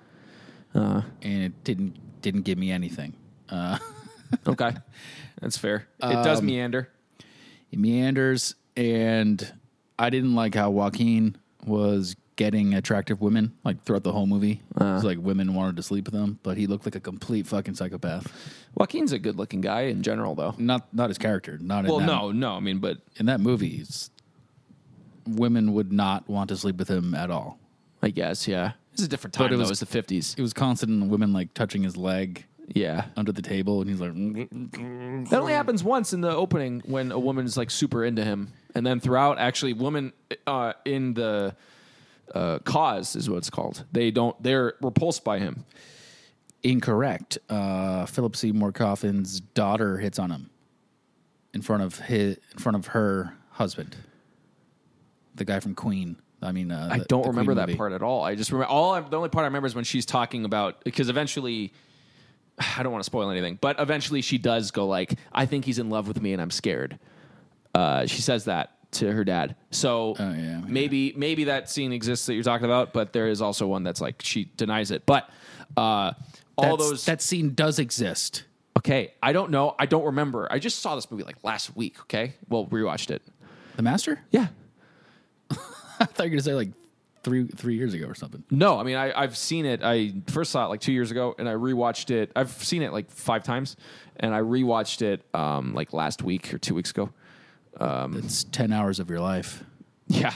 Speaker 3: and it didn't didn't give me anything.
Speaker 1: Okay, Um, that's fair. It does meander.
Speaker 3: It meanders, and I didn't like how Joaquin was getting attractive women like throughout the whole movie.
Speaker 1: Uh.
Speaker 3: It was like women wanted to sleep with him, but he looked like a complete fucking psychopath.
Speaker 1: Joaquin's a good-looking guy in general, though. um,
Speaker 3: Not not his character. Not in
Speaker 1: Well,
Speaker 3: that,
Speaker 1: no, no, I mean, but
Speaker 3: in that movie, it's, women would not want to sleep with him at all.
Speaker 1: I guess yeah, it's a different time.
Speaker 3: it
Speaker 1: though.
Speaker 3: was-
Speaker 1: it was the 50s.
Speaker 3: It was constant women like touching his leg.
Speaker 1: Yeah.
Speaker 3: under the table, and he's like,
Speaker 1: That only happens once in the opening when a woman's like super into him, and then throughout, actually, women uh, in the uh, cause is what it's called. They don't. They're repulsed by him.
Speaker 3: incorrect. Uh, Philip Seymour Coffin's daughter hits on him in front of his, in front of her husband, the guy from Queen. I mean, uh,
Speaker 1: I
Speaker 3: the-
Speaker 1: don't
Speaker 3: the Queen
Speaker 1: remember that
Speaker 3: movie.
Speaker 1: part at all. I just remember all. I, the only part I remember is when she's talking about because eventually, I don't want to spoil anything, but eventually she does go like, "I think he's in love with me, and I'm scared." Uh, she says that to her dad. So
Speaker 3: Oh, yeah, yeah.
Speaker 1: maybe maybe that scene exists that you're talking about, but there is also one that's like she denies it. But uh, all
Speaker 3: That's-
Speaker 1: those
Speaker 3: that scene does exist.
Speaker 1: okay, I don't know, I don't remember. I just saw this movie like last week. Okay, well rewatched it.
Speaker 3: The Master?
Speaker 1: Yeah,
Speaker 3: I thought you were gonna say like three three years ago or something.
Speaker 1: No, I mean I, I've seen it. I first saw it like two years ago, and I rewatched it. I've seen it like five times, and I rewatched it um, like last week or two weeks ago.
Speaker 3: It's ten hours of your life
Speaker 1: Yeah,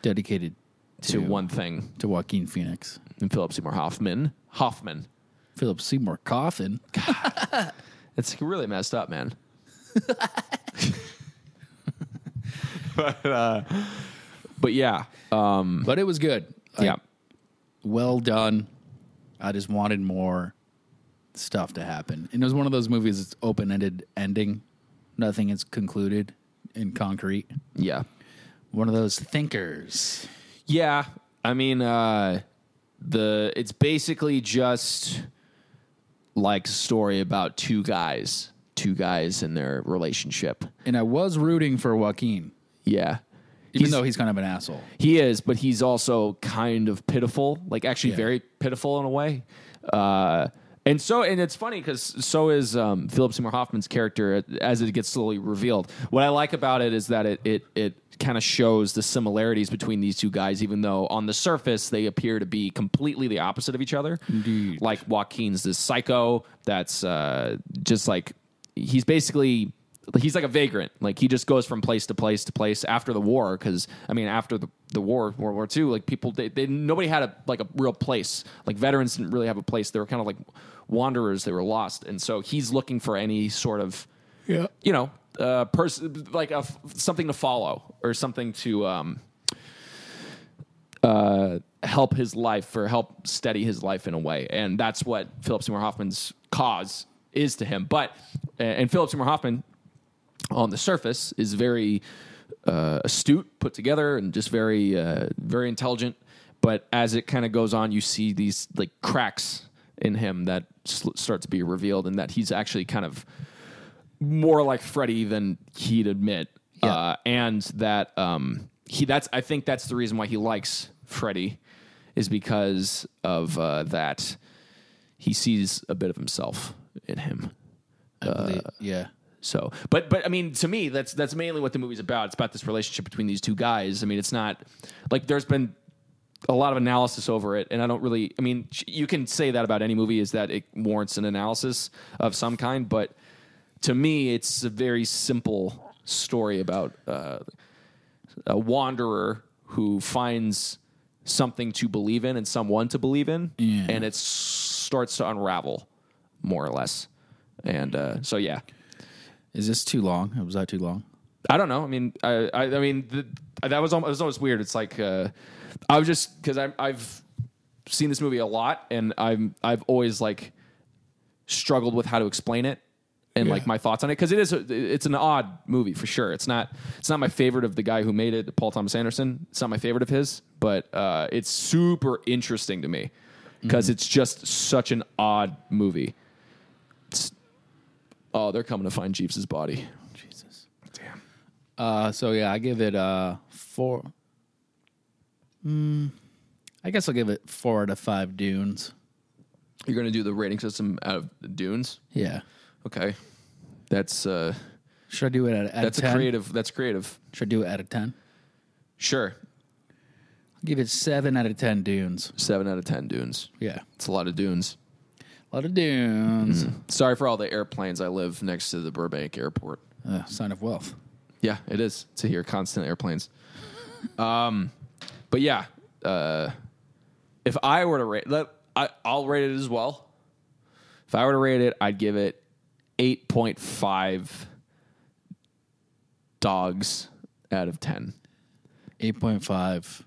Speaker 3: dedicated to,
Speaker 1: to one thing.
Speaker 3: to Joaquin Phoenix,
Speaker 1: And Philip Seymour Hoffman. Hoffman.
Speaker 3: Philip Seymour Coffin.
Speaker 1: It's really messed up, man. but uh, but yeah, um,
Speaker 3: But it was good. Like,
Speaker 1: yeah.
Speaker 3: well done. I just wanted more stuff to happen. And it was one of those movies that's open ended ending. Nothing is concluded in concrete.
Speaker 1: Yeah.
Speaker 3: One of those thinkers.
Speaker 1: Yeah, I mean, uh, the it's basically just like a story about two guys, two guys and their relationship.
Speaker 3: And I was rooting for Joaquin,
Speaker 1: Yeah,
Speaker 3: even
Speaker 1: He's-
Speaker 3: though he's kind of an asshole.
Speaker 1: he is, but he's also kind of pitiful, like actually
Speaker 3: Yeah.
Speaker 1: very pitiful in a way. Uh, and so, and it's funny because so is um, Philip Seymour Hoffman's character as it gets slowly revealed. What I like about it is that it it it kind of shows the similarities between these two guys, even though on the surface they appear to be completely the opposite of each other.
Speaker 3: Indeed.
Speaker 1: Like Joaquin's this psycho that's uh, just like he's basically he's like a vagrant. Like he just goes from place to place to place after the war. Because I mean, after the, the war, World War II, like people, they, they nobody had a like a real place. Like veterans didn't really have a place. They were kind of like wanderers. They were lost, and so he's looking for any sort of
Speaker 3: Yeah.
Speaker 1: you know uh, person like a f- something to follow or something to um, uh, help his life or help steady his life in a way. And that's what Philip Seymour Hoffman's cause is to him. But, and Philip Seymour Hoffman on the surface is very uh, astute, put together, and just very, uh, very intelligent. But as it kind of goes on, you see these like cracks in him that sl- start to be revealed, and that he's actually kind of more like Freddy than he'd admit. Uh, and that um, he that's I think that's the reason why he likes Freddy is because of uh, that he sees a bit of himself in him. Uh,
Speaker 3: yeah.
Speaker 1: So, but but I mean, to me, that's that's mainly what the movie's about. It's about this relationship between these two guys. I mean, it's not like there's been a lot of analysis over it, and I don't really. I mean, sh- you can say that about any movie is that it warrants an analysis of some kind, but to me, it's a very simple story about uh, a wanderer who finds something to believe in and someone to believe in,
Speaker 3: Yeah.
Speaker 1: and it s- starts to unravel more or less. And uh, so, yeah.
Speaker 3: Is this too long? Was that too long?
Speaker 1: I don't know. I mean, I, I, I mean, the, that was almost, it was almost weird. It's like uh, I was just because I've seen this movie a lot, and I'm I've always like struggled with how to explain it and like my thoughts on it because it is a, it's an odd movie for sure. It's not it's not my favorite of the guy who made it, Paul Thomas Anderson. It's not my favorite of his, but uh, it's super interesting to me because it's just such an odd movie. It's, oh, they're coming to find Jeeves' body.
Speaker 3: Jesus. Damn. Uh, so yeah, I give it uh four. Mm, I guess I'll give it four out of five dunes.
Speaker 1: You're gonna do the rating system out of the dunes.
Speaker 3: Yeah.
Speaker 1: Okay, that's uh,
Speaker 3: Should I do it out of, out
Speaker 1: that's
Speaker 3: of
Speaker 1: a
Speaker 3: ten?
Speaker 1: creative. That's creative.
Speaker 3: Should I do it out of ten?
Speaker 1: Sure,
Speaker 3: I'll give it seven out of ten dunes.
Speaker 1: seven out of ten dunes.
Speaker 3: Yeah.
Speaker 1: It's a lot of dunes.
Speaker 3: A lot of dunes.
Speaker 1: Sorry for all the airplanes. I live next to the Burbank Airport.
Speaker 3: Uh, sign of wealth.
Speaker 1: Yeah, it is to hear constant airplanes. Um, but yeah, uh, if I were to rate, let, I, I'll rate it as well. If I were to rate it, I'd give it 8.5 dogs out of 10.
Speaker 3: 8.5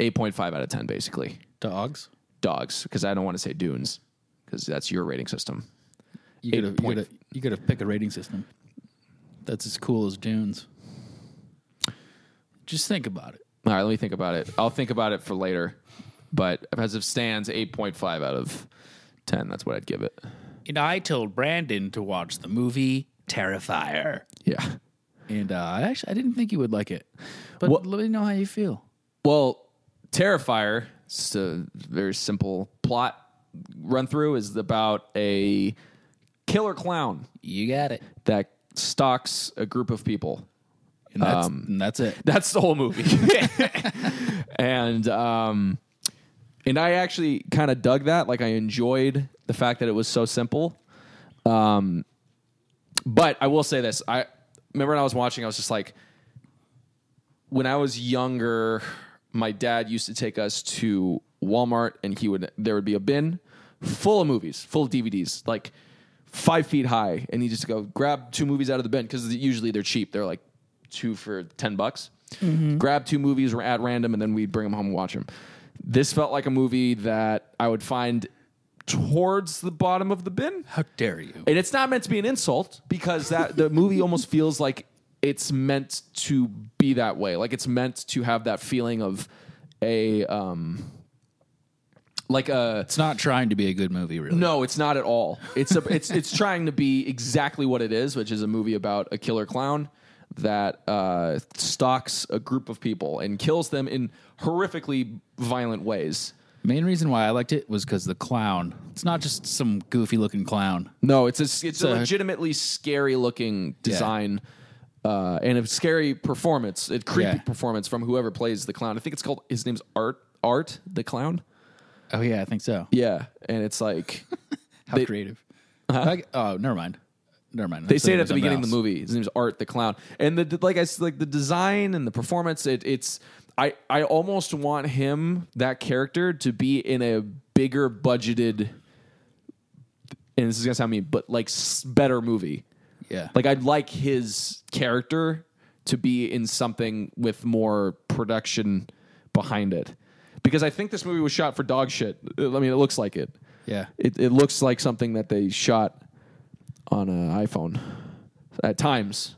Speaker 1: 8.5 out of 10, basically.
Speaker 3: dogs.
Speaker 1: Dogs, because I don't want to say dunes, because that's your rating system.
Speaker 3: You gotta, you,
Speaker 1: 8.5.
Speaker 3: gotta, you gotta pick a rating system. That's as cool as Dunes. Just think about it.
Speaker 1: All right, let me think about it. I'll think about it for later. But as it stands, 8.5 out of 10. That's what I'd give it.
Speaker 3: And I told Brandon to watch the movie Terrifier.
Speaker 1: Yeah.
Speaker 3: And uh, I actually I didn't think you would like it. But
Speaker 1: What-
Speaker 3: let me know how you feel.
Speaker 1: Well, Terrifier, it's a very simple plot run through, is about a killer clown
Speaker 3: You got it.
Speaker 1: that stalks a group of people.
Speaker 3: And that's, and that's it.
Speaker 1: That's the whole movie. and um and I actually kind of dug that. Like I enjoyed the fact that it was so simple. Um but I will say this. I remember when I was watching I was just like when I was younger my dad used to take us to Walmart and he would there would be a bin full of movies, full of DVDs. Like five feet high, and he just go grab two movies out of the bin because usually they're cheap. They're like two for ten bucks. Grab two movies at random, and then we'd bring them home and watch them. This felt like a movie that I would find towards the bottom of the bin,
Speaker 3: How dare you?
Speaker 1: and it's not meant to be an insult because that the movie almost feels like it's meant to be that way. Like it's meant to have that feeling of a um like a
Speaker 3: It's not trying to be a good movie, really.
Speaker 1: no, it's not at all. It's a, it's it's trying to be exactly what it is, which is a movie about a killer clown that uh, stalks a group of people and kills them in horrifically violent ways.
Speaker 3: Main reason why I liked it was because the clown. It's not just some goofy looking clown.
Speaker 1: No, it's a it's, a,
Speaker 3: a-
Speaker 1: legitimately scary looking design. Uh, and a scary performance, a creepy
Speaker 3: Yeah.
Speaker 1: performance from whoever plays the clown. I think it's called his name's Art Art the clown.
Speaker 3: Oh yeah, I think so.
Speaker 1: Yeah, and it's like
Speaker 3: How creative. Like- oh, never mind. Never mind.
Speaker 1: They say it at the beginning of the movie. His name's Art the Clown, and the like. I s- like the design and the performance. It, it's I I almost want him that character to be in a bigger budgeted. And this is gonna sound mean, but like s- better movie.
Speaker 3: Yeah.
Speaker 1: Like I'd like his character to be in something with more production behind it, because I think this movie was shot for dog shit. I mean, it looks like it.
Speaker 3: yeah.
Speaker 1: It, it looks like something that they shot on an iPhone. At times,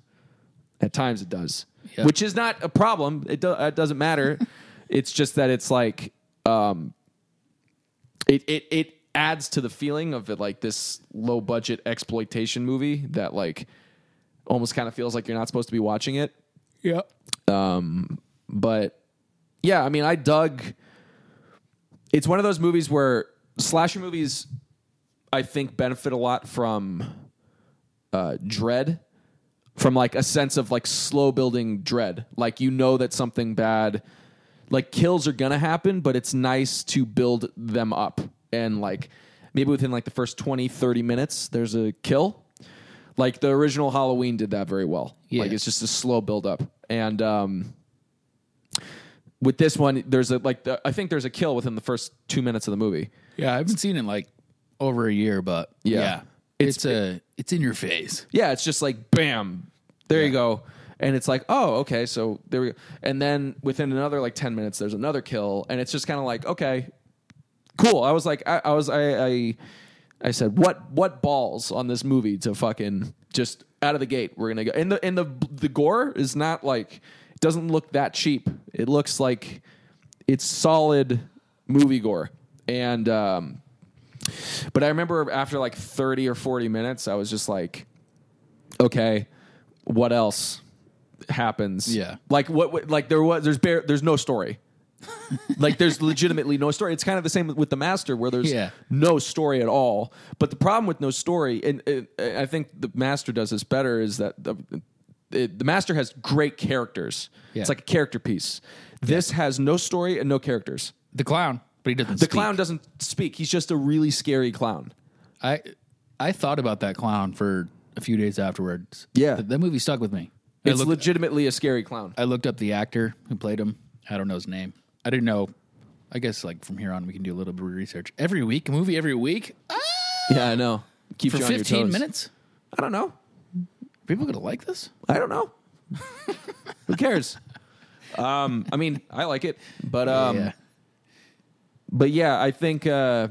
Speaker 1: at times it does,
Speaker 3: Yeah.
Speaker 1: which is not a problem. It, do, it doesn't matter. it's just that it's like, um, it it it adds to the feeling of it like this low budget exploitation movie that like almost kind of feels like you're not supposed to be watching it Um,
Speaker 3: Yeah.
Speaker 1: but yeah, I mean, I dug. It's one of those movies where slasher movies, I think, benefit a lot from uh, dread, from like a sense of like slow building dread. Like you know that something bad, like kills are gonna happen, but it's nice to build them up and like maybe within like the first 20, 30 minutes, there's a kill. Like the original Halloween did that very well. Like
Speaker 3: Yeah.
Speaker 1: it's just a slow build up. And um, with this one, there's a like the, I think there's a kill within the first two minutes of the movie.
Speaker 3: Yeah. I haven't seen it in like over a year, but
Speaker 1: Yeah.
Speaker 3: yeah.
Speaker 1: It's-
Speaker 3: It's, a it's in your face.
Speaker 1: Yeah, it's just like bam, there you go, and it's like oh okay, so there we go, and then within another like ten minutes, there's another kill, and it's just kind of like okay, cool. I was like I, I was I, I I said what what balls on this movie to fucking just out of the gate we're gonna go and the and the the gore is not like it doesn't look that cheap. It looks like it's solid movie gore and. um But I remember after like 30 or 40 minutes, I was just like, okay, what else happens?
Speaker 3: Yeah.
Speaker 1: Like what, what like there was, there's bare, there's no story. like there's legitimately no story. It's kind of the same with the master where there's
Speaker 3: Yeah.
Speaker 1: no story at all. But the problem with no story, and, and I think the master does this better, is that the, it, the master has great characters.
Speaker 3: Yeah.
Speaker 1: It's like a character piece. This has no story and no characters.
Speaker 3: The clown, but he doesn't.
Speaker 1: The clown doesn't speak. He's just a really scary clown.
Speaker 3: I I thought about that clown for a few days afterwards.
Speaker 1: Yeah.
Speaker 3: That, that movie stuck with me. I
Speaker 1: It's
Speaker 3: looked,
Speaker 1: legitimately a scary clown.
Speaker 3: I looked up the actor who played him. I don't know his name. I didn't know. I guess like from here on we can do a little bit of research every week. Movie every week.
Speaker 1: Yeah, I know. Keep
Speaker 3: for
Speaker 1: you on your
Speaker 3: 15
Speaker 1: toes.
Speaker 3: minutes?
Speaker 1: I don't know.
Speaker 3: Are people going to like this?
Speaker 1: I don't know. Who cares? Um, I mean, I like it, but um,
Speaker 3: yeah.
Speaker 1: but yeah, I think uh,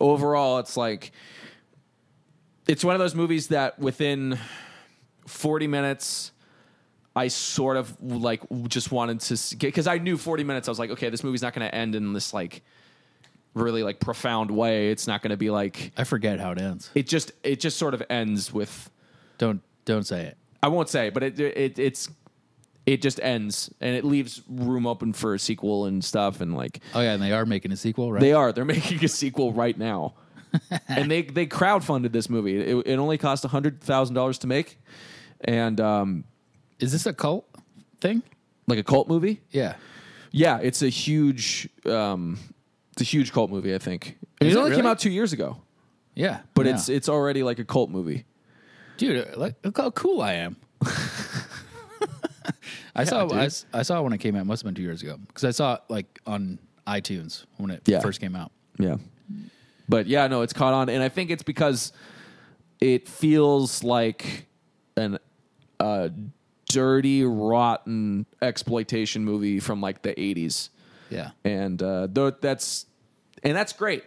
Speaker 1: overall it's like it's one of those movies that within 40 minutes I sort of like just wanted to because I knew 40 minutes I was like okay this movie's not going to end in this like really like profound way it's not going to be like
Speaker 3: I forget how it ends.
Speaker 1: it just it just sort of ends with
Speaker 3: Don't don't say it.
Speaker 1: I won't say but it it it's it just ends and it leaves room open for a sequel and stuff and like
Speaker 3: Oh yeah, and they are making a sequel, right?
Speaker 1: They are. They're making a sequel right now. and they they crowdfunded this movie. It, it only cost hundred thousand dollars to make, and um,
Speaker 3: Is this a cult thing?
Speaker 1: like a cult movie.
Speaker 3: Yeah.
Speaker 1: Yeah, it's a huge, um, it's a huge cult movie. I think And
Speaker 3: Is
Speaker 1: it
Speaker 3: it
Speaker 1: only came
Speaker 3: really?
Speaker 1: out two years ago,
Speaker 3: Yeah.
Speaker 1: but
Speaker 3: yeah.
Speaker 1: it's it's already like a cult movie.
Speaker 3: dude, look, look how cool I am. I saw
Speaker 1: dude.
Speaker 3: I, s- I saw it when it came out. It must have been two years ago because I saw it like on iTunes when it
Speaker 1: Yeah.
Speaker 3: first came out.
Speaker 1: Yeah. But yeah, no, it's caught on, and I think it's because it feels like an a dirty, rotten exploitation movie from like the eighties.
Speaker 3: Yeah,
Speaker 1: and uh, th- that's and that's great.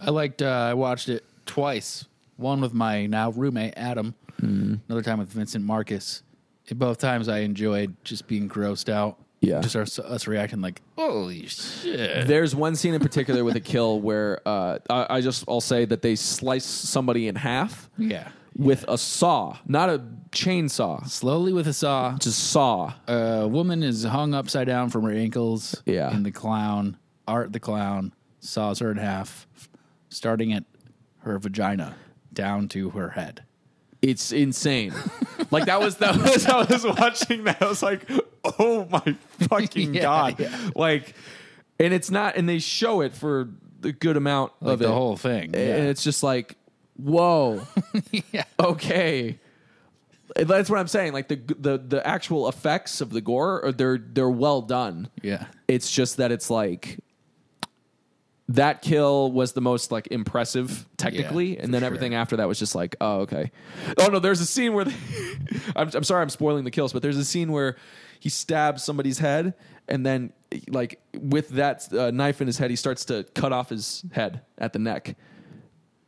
Speaker 3: I liked. Uh, I watched it twice. One with my now roommate Adam.
Speaker 1: Mm-hmm.
Speaker 3: Another time with Vincent Marcus. And both times I enjoyed just being grossed out.
Speaker 1: Yeah.
Speaker 3: just us, us reacting like, "Holy shit!"
Speaker 1: There's one scene in particular with a kill where uh, I, I just I'll say that they slice somebody in half
Speaker 3: Yeah.
Speaker 1: with a saw, not a chainsaw,
Speaker 3: Slowly with a saw,
Speaker 1: just saw.
Speaker 3: a woman is hung upside down from her ankles.
Speaker 1: Yeah.
Speaker 3: And the clown, Art the clown, saws her in half, starting at her vagina down to her head.
Speaker 1: It's insane. like that was that was I was watching that. I was like, oh my fucking
Speaker 3: Yeah,
Speaker 1: god! Like, and it's not, and they show it for a good amount
Speaker 3: Like
Speaker 1: of
Speaker 3: the
Speaker 1: it.
Speaker 3: whole
Speaker 1: and
Speaker 3: thing. Yeah.
Speaker 1: it's just like whoa okay that's what i'm saying like the the the actual effects of the gore are they're they're well done
Speaker 3: yeah.
Speaker 1: it's just that it's like that kill was the most like impressive technically
Speaker 3: Yeah, for
Speaker 1: and then
Speaker 3: sure.
Speaker 1: everything after that was just like oh okay oh no there's a scene where they, I'm, I'm sorry i'm spoiling the kills but there's a scene where he stabs somebody's head and then like with that uh, knife in his head he starts to cut off his head at the neck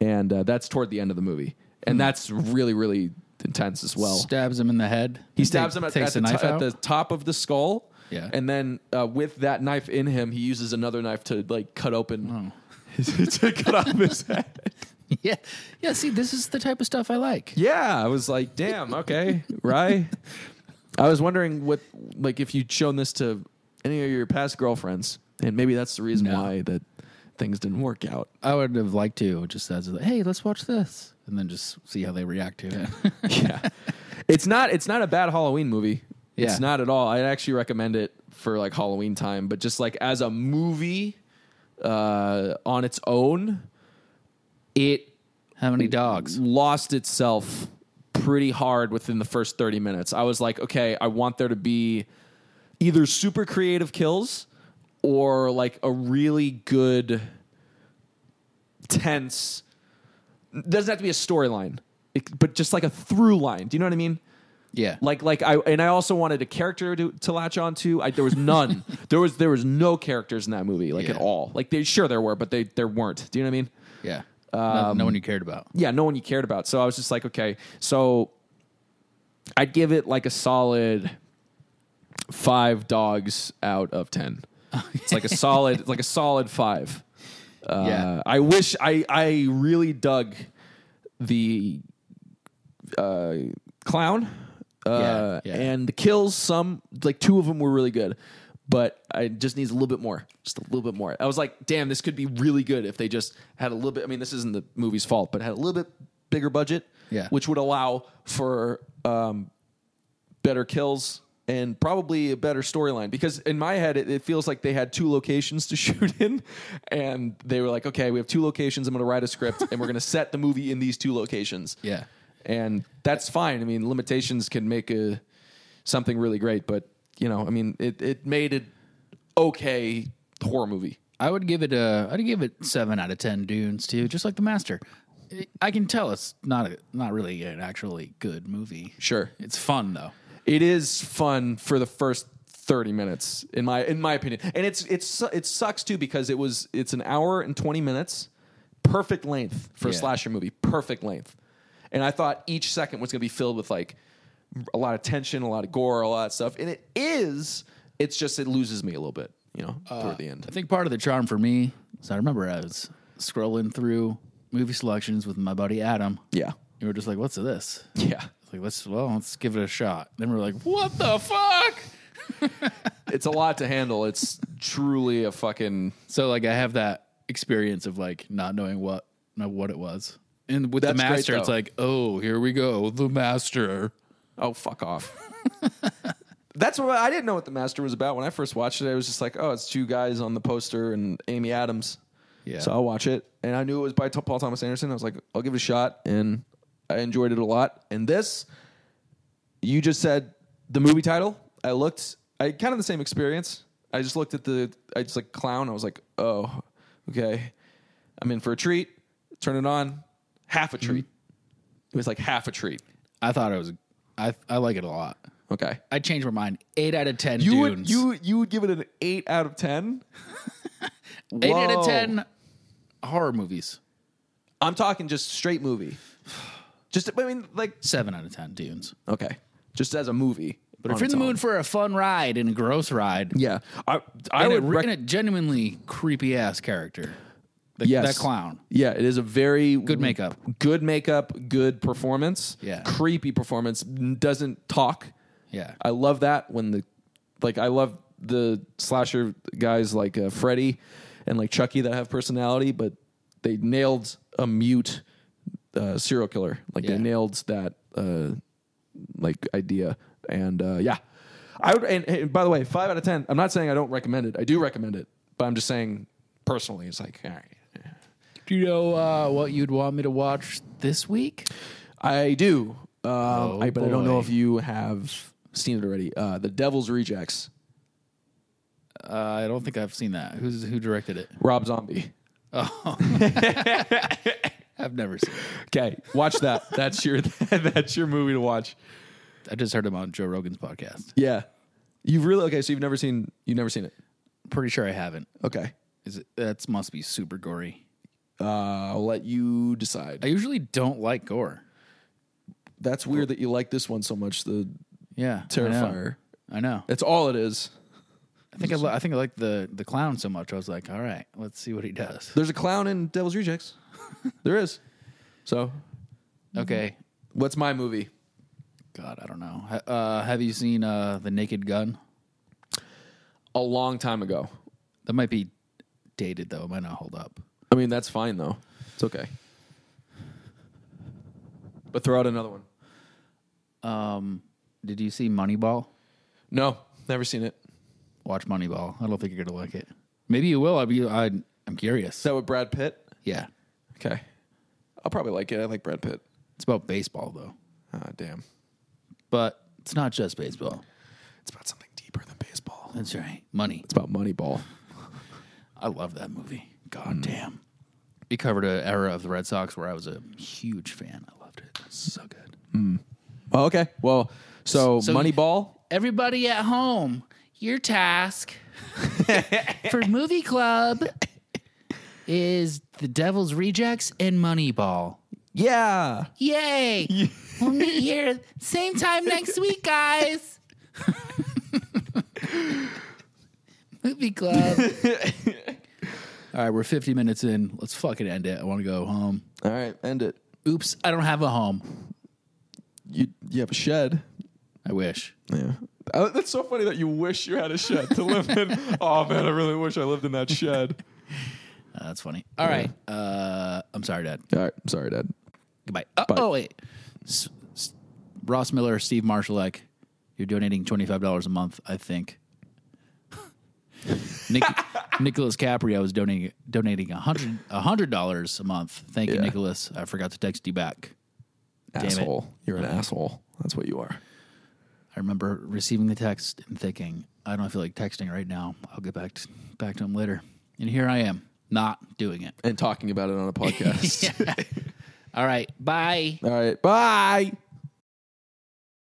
Speaker 1: and uh, that's toward the end of the movie
Speaker 3: Hmm.
Speaker 1: and that's really really intense as well
Speaker 3: Stabs him in the head.
Speaker 1: he stabs him at,
Speaker 3: takes
Speaker 1: at the,
Speaker 3: the knife
Speaker 1: to- at
Speaker 3: out.
Speaker 1: the top of the skull.
Speaker 3: Yeah.
Speaker 1: And then uh, with that knife in him, he uses another knife to like cut open his, to cut off his head.
Speaker 3: yeah. Yeah. See, this is the type of stuff I like.
Speaker 1: Yeah, I was like, damn, okay, right. I was wondering what like if you'd shown this to any of your past girlfriends, and maybe that's the reason
Speaker 3: No.
Speaker 1: why that things didn't work out.
Speaker 3: I would have liked to just as like, hey, let's watch this, and then just see how they react to it.
Speaker 1: yeah. It's not it's not a bad Halloween movie.
Speaker 3: Yeah.
Speaker 1: It's not at all. I'd actually recommend it for like Halloween time, but just like as a movie uh on its own, it
Speaker 3: how many dogs?
Speaker 1: lost itself pretty hard within the first 30 minutes. I was like, okay, I want there to be either super creative kills or like a really good tense doesn't have to be a storyline, it- but just like a through line. Do you know what I mean?
Speaker 3: Yeah.
Speaker 1: Like like I and I also wanted a character to, to latch onto. I, there was none. there was there was no characters in that movie like
Speaker 3: Yeah.
Speaker 1: at all. Like they sure there were, but they there weren't. Do you know what I mean?
Speaker 3: yeah. no, no one you cared about.
Speaker 1: yeah, no one you cared about. So I was just like, okay, so I'd give it like a solid five dogs out of ten. It's like a solid, it's like a solid five. Uh,
Speaker 3: Yeah.
Speaker 1: I wish I I really dug the uh, clown uh,
Speaker 3: Yeah, yeah.
Speaker 1: and the kills. Some like two of them were really good, but I just needs a little bit more, just a little bit more. I was like, damn, this could be really good if they just had a little bit. I mean, this isn't the movie's fault, but had a little bit bigger budget,
Speaker 3: Yeah.
Speaker 1: which would allow for um, better kills and probably a better storyline because in my head it, it feels like they had two locations to shoot in and they were like okay we have two locations i'm going to write a script and we're going to set the movie in these two locations
Speaker 3: Yeah.
Speaker 1: and that's fine i mean limitations can make a something really great but you know i mean it, it made it okay horror movie
Speaker 3: I would give it a. I'd give it seven out of ten dunes too, just like the master. I can tell it's not a, not really an actually good movie.
Speaker 1: Sure.
Speaker 3: It's fun though.
Speaker 1: It is fun for the first 30 minutes in my in my opinion. And it's it's su- it sucks too because it was it's an hour and 20 minutes. Perfect length for a
Speaker 3: Yeah.
Speaker 1: slasher movie. Perfect length. And I thought each second was going to be filled with like a lot of tension, a lot of gore, a lot of stuff. And it is. It's just it loses me a little bit, you know, toward the end.
Speaker 3: I think part of the charm for me is I remember I was scrolling through movie selections with my buddy Adam.
Speaker 1: Yeah.
Speaker 3: You were just like, "What's this?"
Speaker 1: Yeah.
Speaker 3: It's like, "Let's well, let's give it a shot." Then we we're like, "What the fuck?"
Speaker 1: It's a lot to handle. It's truly a fucking
Speaker 3: So like I have that experience of like not knowing what no, what it was. And with
Speaker 1: That's
Speaker 3: the
Speaker 1: great,
Speaker 3: master, it's
Speaker 1: though.
Speaker 3: like, oh, here we go, the master.
Speaker 1: Oh, fuck off. That's what I didn't know what the master was about when I first watched it. I was just like, oh, it's two guys on the poster and Amy Adams.
Speaker 3: Yeah.
Speaker 1: So I'll watch it, and I knew it was by T- Paul Thomas Anderson. I was like, I'll give it a shot, and I enjoyed it a lot. And this, you just said the movie title. I looked. I kind of the same experience. I just looked at the. I just like clown. I was like, oh, okay. I'm in for a treat. Turn it on. Half a treat. It was like half a treat.
Speaker 3: I thought it was. I I like it a lot.
Speaker 1: Okay.
Speaker 3: I changed my mind. Eight out of ten
Speaker 1: You would
Speaker 3: dunes.
Speaker 1: you you would give it an eight out of ten.
Speaker 3: eight out of ten horror movies.
Speaker 1: I'm talking just straight movie. Just I mean like
Speaker 3: Seven out of ten dunes.
Speaker 1: okay, just as a movie.
Speaker 3: But if you're in the mood for a fun ride and a gross ride,
Speaker 1: yeah, I I
Speaker 3: and,
Speaker 1: would
Speaker 3: a,
Speaker 1: rec-
Speaker 3: and a genuinely creepy ass character, the,
Speaker 1: Yes.
Speaker 3: that clown.
Speaker 1: Yeah, it is a very
Speaker 3: Good makeup.
Speaker 1: good makeup, good performance.
Speaker 3: Yeah.
Speaker 1: creepy performance. n- Doesn't talk.
Speaker 3: Yeah,
Speaker 1: I love that when the like I love the slasher guys like uh, Freddy and like Chucky that have personality, but they nailed a mute uh, serial killer. Like
Speaker 3: Yeah.
Speaker 1: they nailed that uh, like idea. And uh, yeah, I would. And, and by the way, five out of ten. I'm not saying I don't recommend it. I do recommend it, but I'm just saying personally, it's like all right.
Speaker 3: Do you know uh, what you'd want me to watch this week?
Speaker 1: I do, um, I, but I don't know
Speaker 3: Oh, boy.
Speaker 1: if you have seen it already. Uh, the Devil's Rejects,
Speaker 3: Uh, I don't think I've seen that. Who's who directed it?
Speaker 1: Rob Zombie.
Speaker 3: I've never seen. it.
Speaker 1: Okay, watch that. That's your that's your movie to watch.
Speaker 3: I just heard him on Joe Rogan's podcast.
Speaker 1: Yeah, you've really okay. So you've never seen you've never seen it.
Speaker 3: Pretty sure I haven't.
Speaker 1: Okay,
Speaker 3: Is it, that must be super gory.
Speaker 1: uh, I'll let you
Speaker 3: I
Speaker 1: decide.
Speaker 3: usually don't like gore.
Speaker 1: That's weird that you like this one so much. The
Speaker 3: Yeah, I know.
Speaker 1: Terrifier.
Speaker 3: I know.
Speaker 1: that's all it is.
Speaker 3: I think I, li- I think I like the the clown so much. I was like, all right, let's see what he does.
Speaker 1: There's a clown in Devil's Rejects. there is. So
Speaker 3: Okay.
Speaker 1: what's my movie?
Speaker 3: God, I don't know. Ha- Uh, have you seen uh, the Naked Gun?
Speaker 1: A long time ago.
Speaker 3: That might be dated though. It might not hold up.
Speaker 1: I mean that's fine though. It's okay. But throw out another one.
Speaker 3: Um, Did you see Moneyball?
Speaker 1: No, never seen it.
Speaker 3: Watch Moneyball. I don't think you're gonna like it. Maybe you will. I'd be. I'd, I'm curious.
Speaker 1: Is that with Brad Pitt?
Speaker 3: Yeah,
Speaker 1: Okay, I'll probably like it. I like Brad Pitt.
Speaker 3: it's about baseball though,
Speaker 1: Ah, damn.
Speaker 3: but it's not just baseball.
Speaker 1: It's about something deeper than baseball.
Speaker 3: That's right. Money.
Speaker 1: It's about Moneyball.
Speaker 3: I love that movie. God damn. It covered an era of the Red Sox where I was a huge fan. I loved it. It was so good.
Speaker 1: Oh, okay. Well, so,
Speaker 3: So-
Speaker 1: Moneyball.
Speaker 3: Everybody at home, your task for movie club is The Devil's Rejects and Moneyball.
Speaker 1: Yeah.
Speaker 4: Yay! we'll meet here same time next week, guys.
Speaker 3: Movie club. All right, we're 50 minutes in. Let's fucking end it. I want to go home.
Speaker 1: All right. End it.
Speaker 3: Oops, I don't have a home.
Speaker 1: You you have a shed.
Speaker 3: I wish.
Speaker 1: Yeah. Uh, That's so funny that you wish you had a shed to live in. oh man, I really wish I lived in that shed.
Speaker 3: Uh, that's funny. All right. Uh, I'm sorry, Dad.
Speaker 1: All right. I'm sorry, Dad.
Speaker 3: Goodbye. Oh,
Speaker 1: Bye.
Speaker 3: oh wait. S- S- Ross Miller, Steve Marshallek, you're donating $25 a month, I think. Nick, Nicholas Capri, I was donating donating $100, $100 a month. Thank you,
Speaker 1: Yeah.
Speaker 3: Nicholas. I forgot to text you back. Damn it.
Speaker 1: asshole. You're an asshole. That's what you are.
Speaker 3: I remember receiving the text and thinking, I don't feel like texting right now. I'll get back to, back to him later. And here I am, not doing it.
Speaker 1: And talking about it on a podcast.
Speaker 3: All right. Bye.
Speaker 1: All right. Bye.